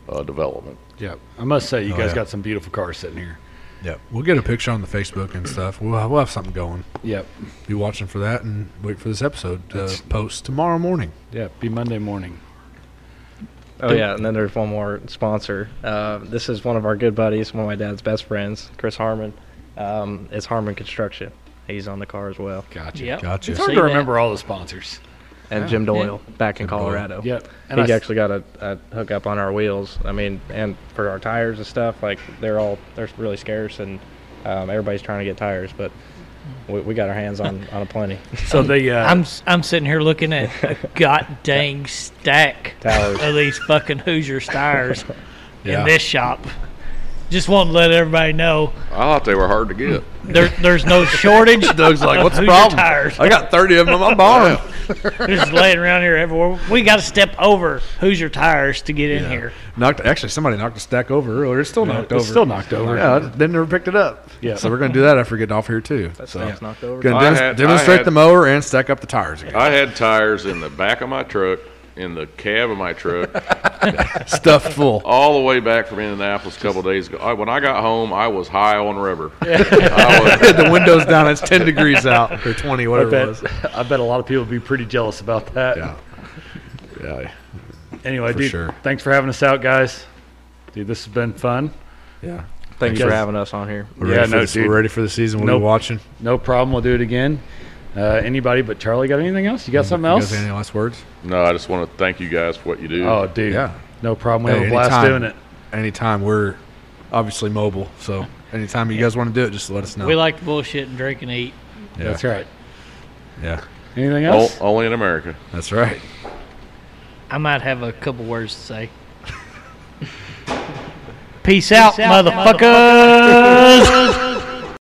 [SPEAKER 4] uh, development.
[SPEAKER 2] yeah, I must say you
[SPEAKER 5] Oh,
[SPEAKER 2] guys
[SPEAKER 5] yeah.
[SPEAKER 2] got some beautiful cars sitting here.
[SPEAKER 5] Yeah, we'll get a picture on the Facebook and stuff. We'll have, we'll have something going.
[SPEAKER 2] Yep.
[SPEAKER 5] Be watching for that and wait for this episode to
[SPEAKER 2] That's-
[SPEAKER 5] post tomorrow morning.
[SPEAKER 2] Yeah, be Monday morning.
[SPEAKER 3] Oh yeah, and then there's one more sponsor. Uh, this is one of our good buddies, one of my dad's best friends, Chris Harmon. Um, it's Harmon Construction. He's on the car as well,
[SPEAKER 2] Gotcha.
[SPEAKER 1] Yep.
[SPEAKER 5] Gotcha.
[SPEAKER 2] It's
[SPEAKER 1] See
[SPEAKER 2] hard
[SPEAKER 1] that?
[SPEAKER 2] to remember all the sponsors.
[SPEAKER 3] and Jim Doyle back in
[SPEAKER 5] Jim Doyle.
[SPEAKER 3] Colorado.
[SPEAKER 2] Yep.
[SPEAKER 3] And
[SPEAKER 2] I s-
[SPEAKER 3] he actually got a, a hookup on our wheels. I mean, and for our tires and stuff, like they're all they're really scarce, and um, everybody's trying to get tires. But we, we got our hands on on a plenty
[SPEAKER 2] So they uh,
[SPEAKER 1] I'm s- I'm sitting here looking at
[SPEAKER 2] [laughs]
[SPEAKER 1] a god dang stack
[SPEAKER 3] towers.
[SPEAKER 1] of these fucking Hoosier tires
[SPEAKER 2] Yeah.
[SPEAKER 1] in this shop. Just want to let everybody know
[SPEAKER 4] I thought they were hard to get.
[SPEAKER 1] there, there's no shortage.
[SPEAKER 5] Doug's like,
[SPEAKER 1] of
[SPEAKER 5] "What's the
[SPEAKER 1] Hoosier
[SPEAKER 5] problem?
[SPEAKER 1] Tires.
[SPEAKER 5] I got thirty of them in my barn.
[SPEAKER 1] They're just laying around here everywhere. We got to step over Hoosier tires to get in here.
[SPEAKER 5] knocked. Actually, somebody knocked a stack over earlier. It's still knocked
[SPEAKER 2] it's
[SPEAKER 5] over.
[SPEAKER 2] still knocked over.
[SPEAKER 5] Yeah, they never picked it up.
[SPEAKER 2] Yeah.
[SPEAKER 5] So we're gonna do that after we get off here too. so
[SPEAKER 7] It's knocked over.
[SPEAKER 5] gonna
[SPEAKER 4] I
[SPEAKER 5] dem-
[SPEAKER 4] had- I
[SPEAKER 5] demonstrate
[SPEAKER 4] had-
[SPEAKER 5] the mower and stack up the tires again.
[SPEAKER 4] I had tires in the back of my truck, in the cab of my truck,
[SPEAKER 5] [laughs] Stuffed [laughs] full.
[SPEAKER 4] all the way back from Indianapolis a couple days ago. I, when I got home, I was high on rubber. I was-
[SPEAKER 5] the windows down. It's ten degrees out or twenty,
[SPEAKER 2] I
[SPEAKER 5] whatever it was.
[SPEAKER 2] bet, I bet a lot of people would be pretty jealous about that.
[SPEAKER 5] Yeah. Yeah.
[SPEAKER 2] Anyway,
[SPEAKER 5] For
[SPEAKER 2] dude,
[SPEAKER 5] sure.
[SPEAKER 2] thanks for having us out, guys. Dude, this has been fun.
[SPEAKER 5] Yeah.
[SPEAKER 7] Thanks for
[SPEAKER 2] Because-
[SPEAKER 7] having us on here.
[SPEAKER 5] We're
[SPEAKER 2] Yeah,
[SPEAKER 5] ready for
[SPEAKER 2] no,
[SPEAKER 5] this-
[SPEAKER 2] dude.
[SPEAKER 5] We're ready for the season. We'll
[SPEAKER 2] Nope.
[SPEAKER 5] be watching.
[SPEAKER 2] No problem. We'll do it again. Uh, anybody but Charlie got anything else? You got something
[SPEAKER 5] Mm, You
[SPEAKER 2] else?
[SPEAKER 5] guys have any last words?
[SPEAKER 4] no, I just want to thank you guys for what you do.
[SPEAKER 2] Oh, dude.
[SPEAKER 5] Yeah.
[SPEAKER 2] No problem. We
[SPEAKER 5] Hey,
[SPEAKER 2] have a blast
[SPEAKER 5] anytime.
[SPEAKER 2] doing it.
[SPEAKER 5] Anytime we're obviously mobile, so anytime you guys want to do it, just let us know.
[SPEAKER 1] We like to bullshit and drink and eat.
[SPEAKER 5] yeah.
[SPEAKER 2] That's right.
[SPEAKER 5] Yeah,
[SPEAKER 2] Anything
[SPEAKER 4] O-
[SPEAKER 2] else?
[SPEAKER 4] only in America.
[SPEAKER 5] that's right.
[SPEAKER 1] I might have a couple words to say. [laughs] Peace, out, motherfuckers.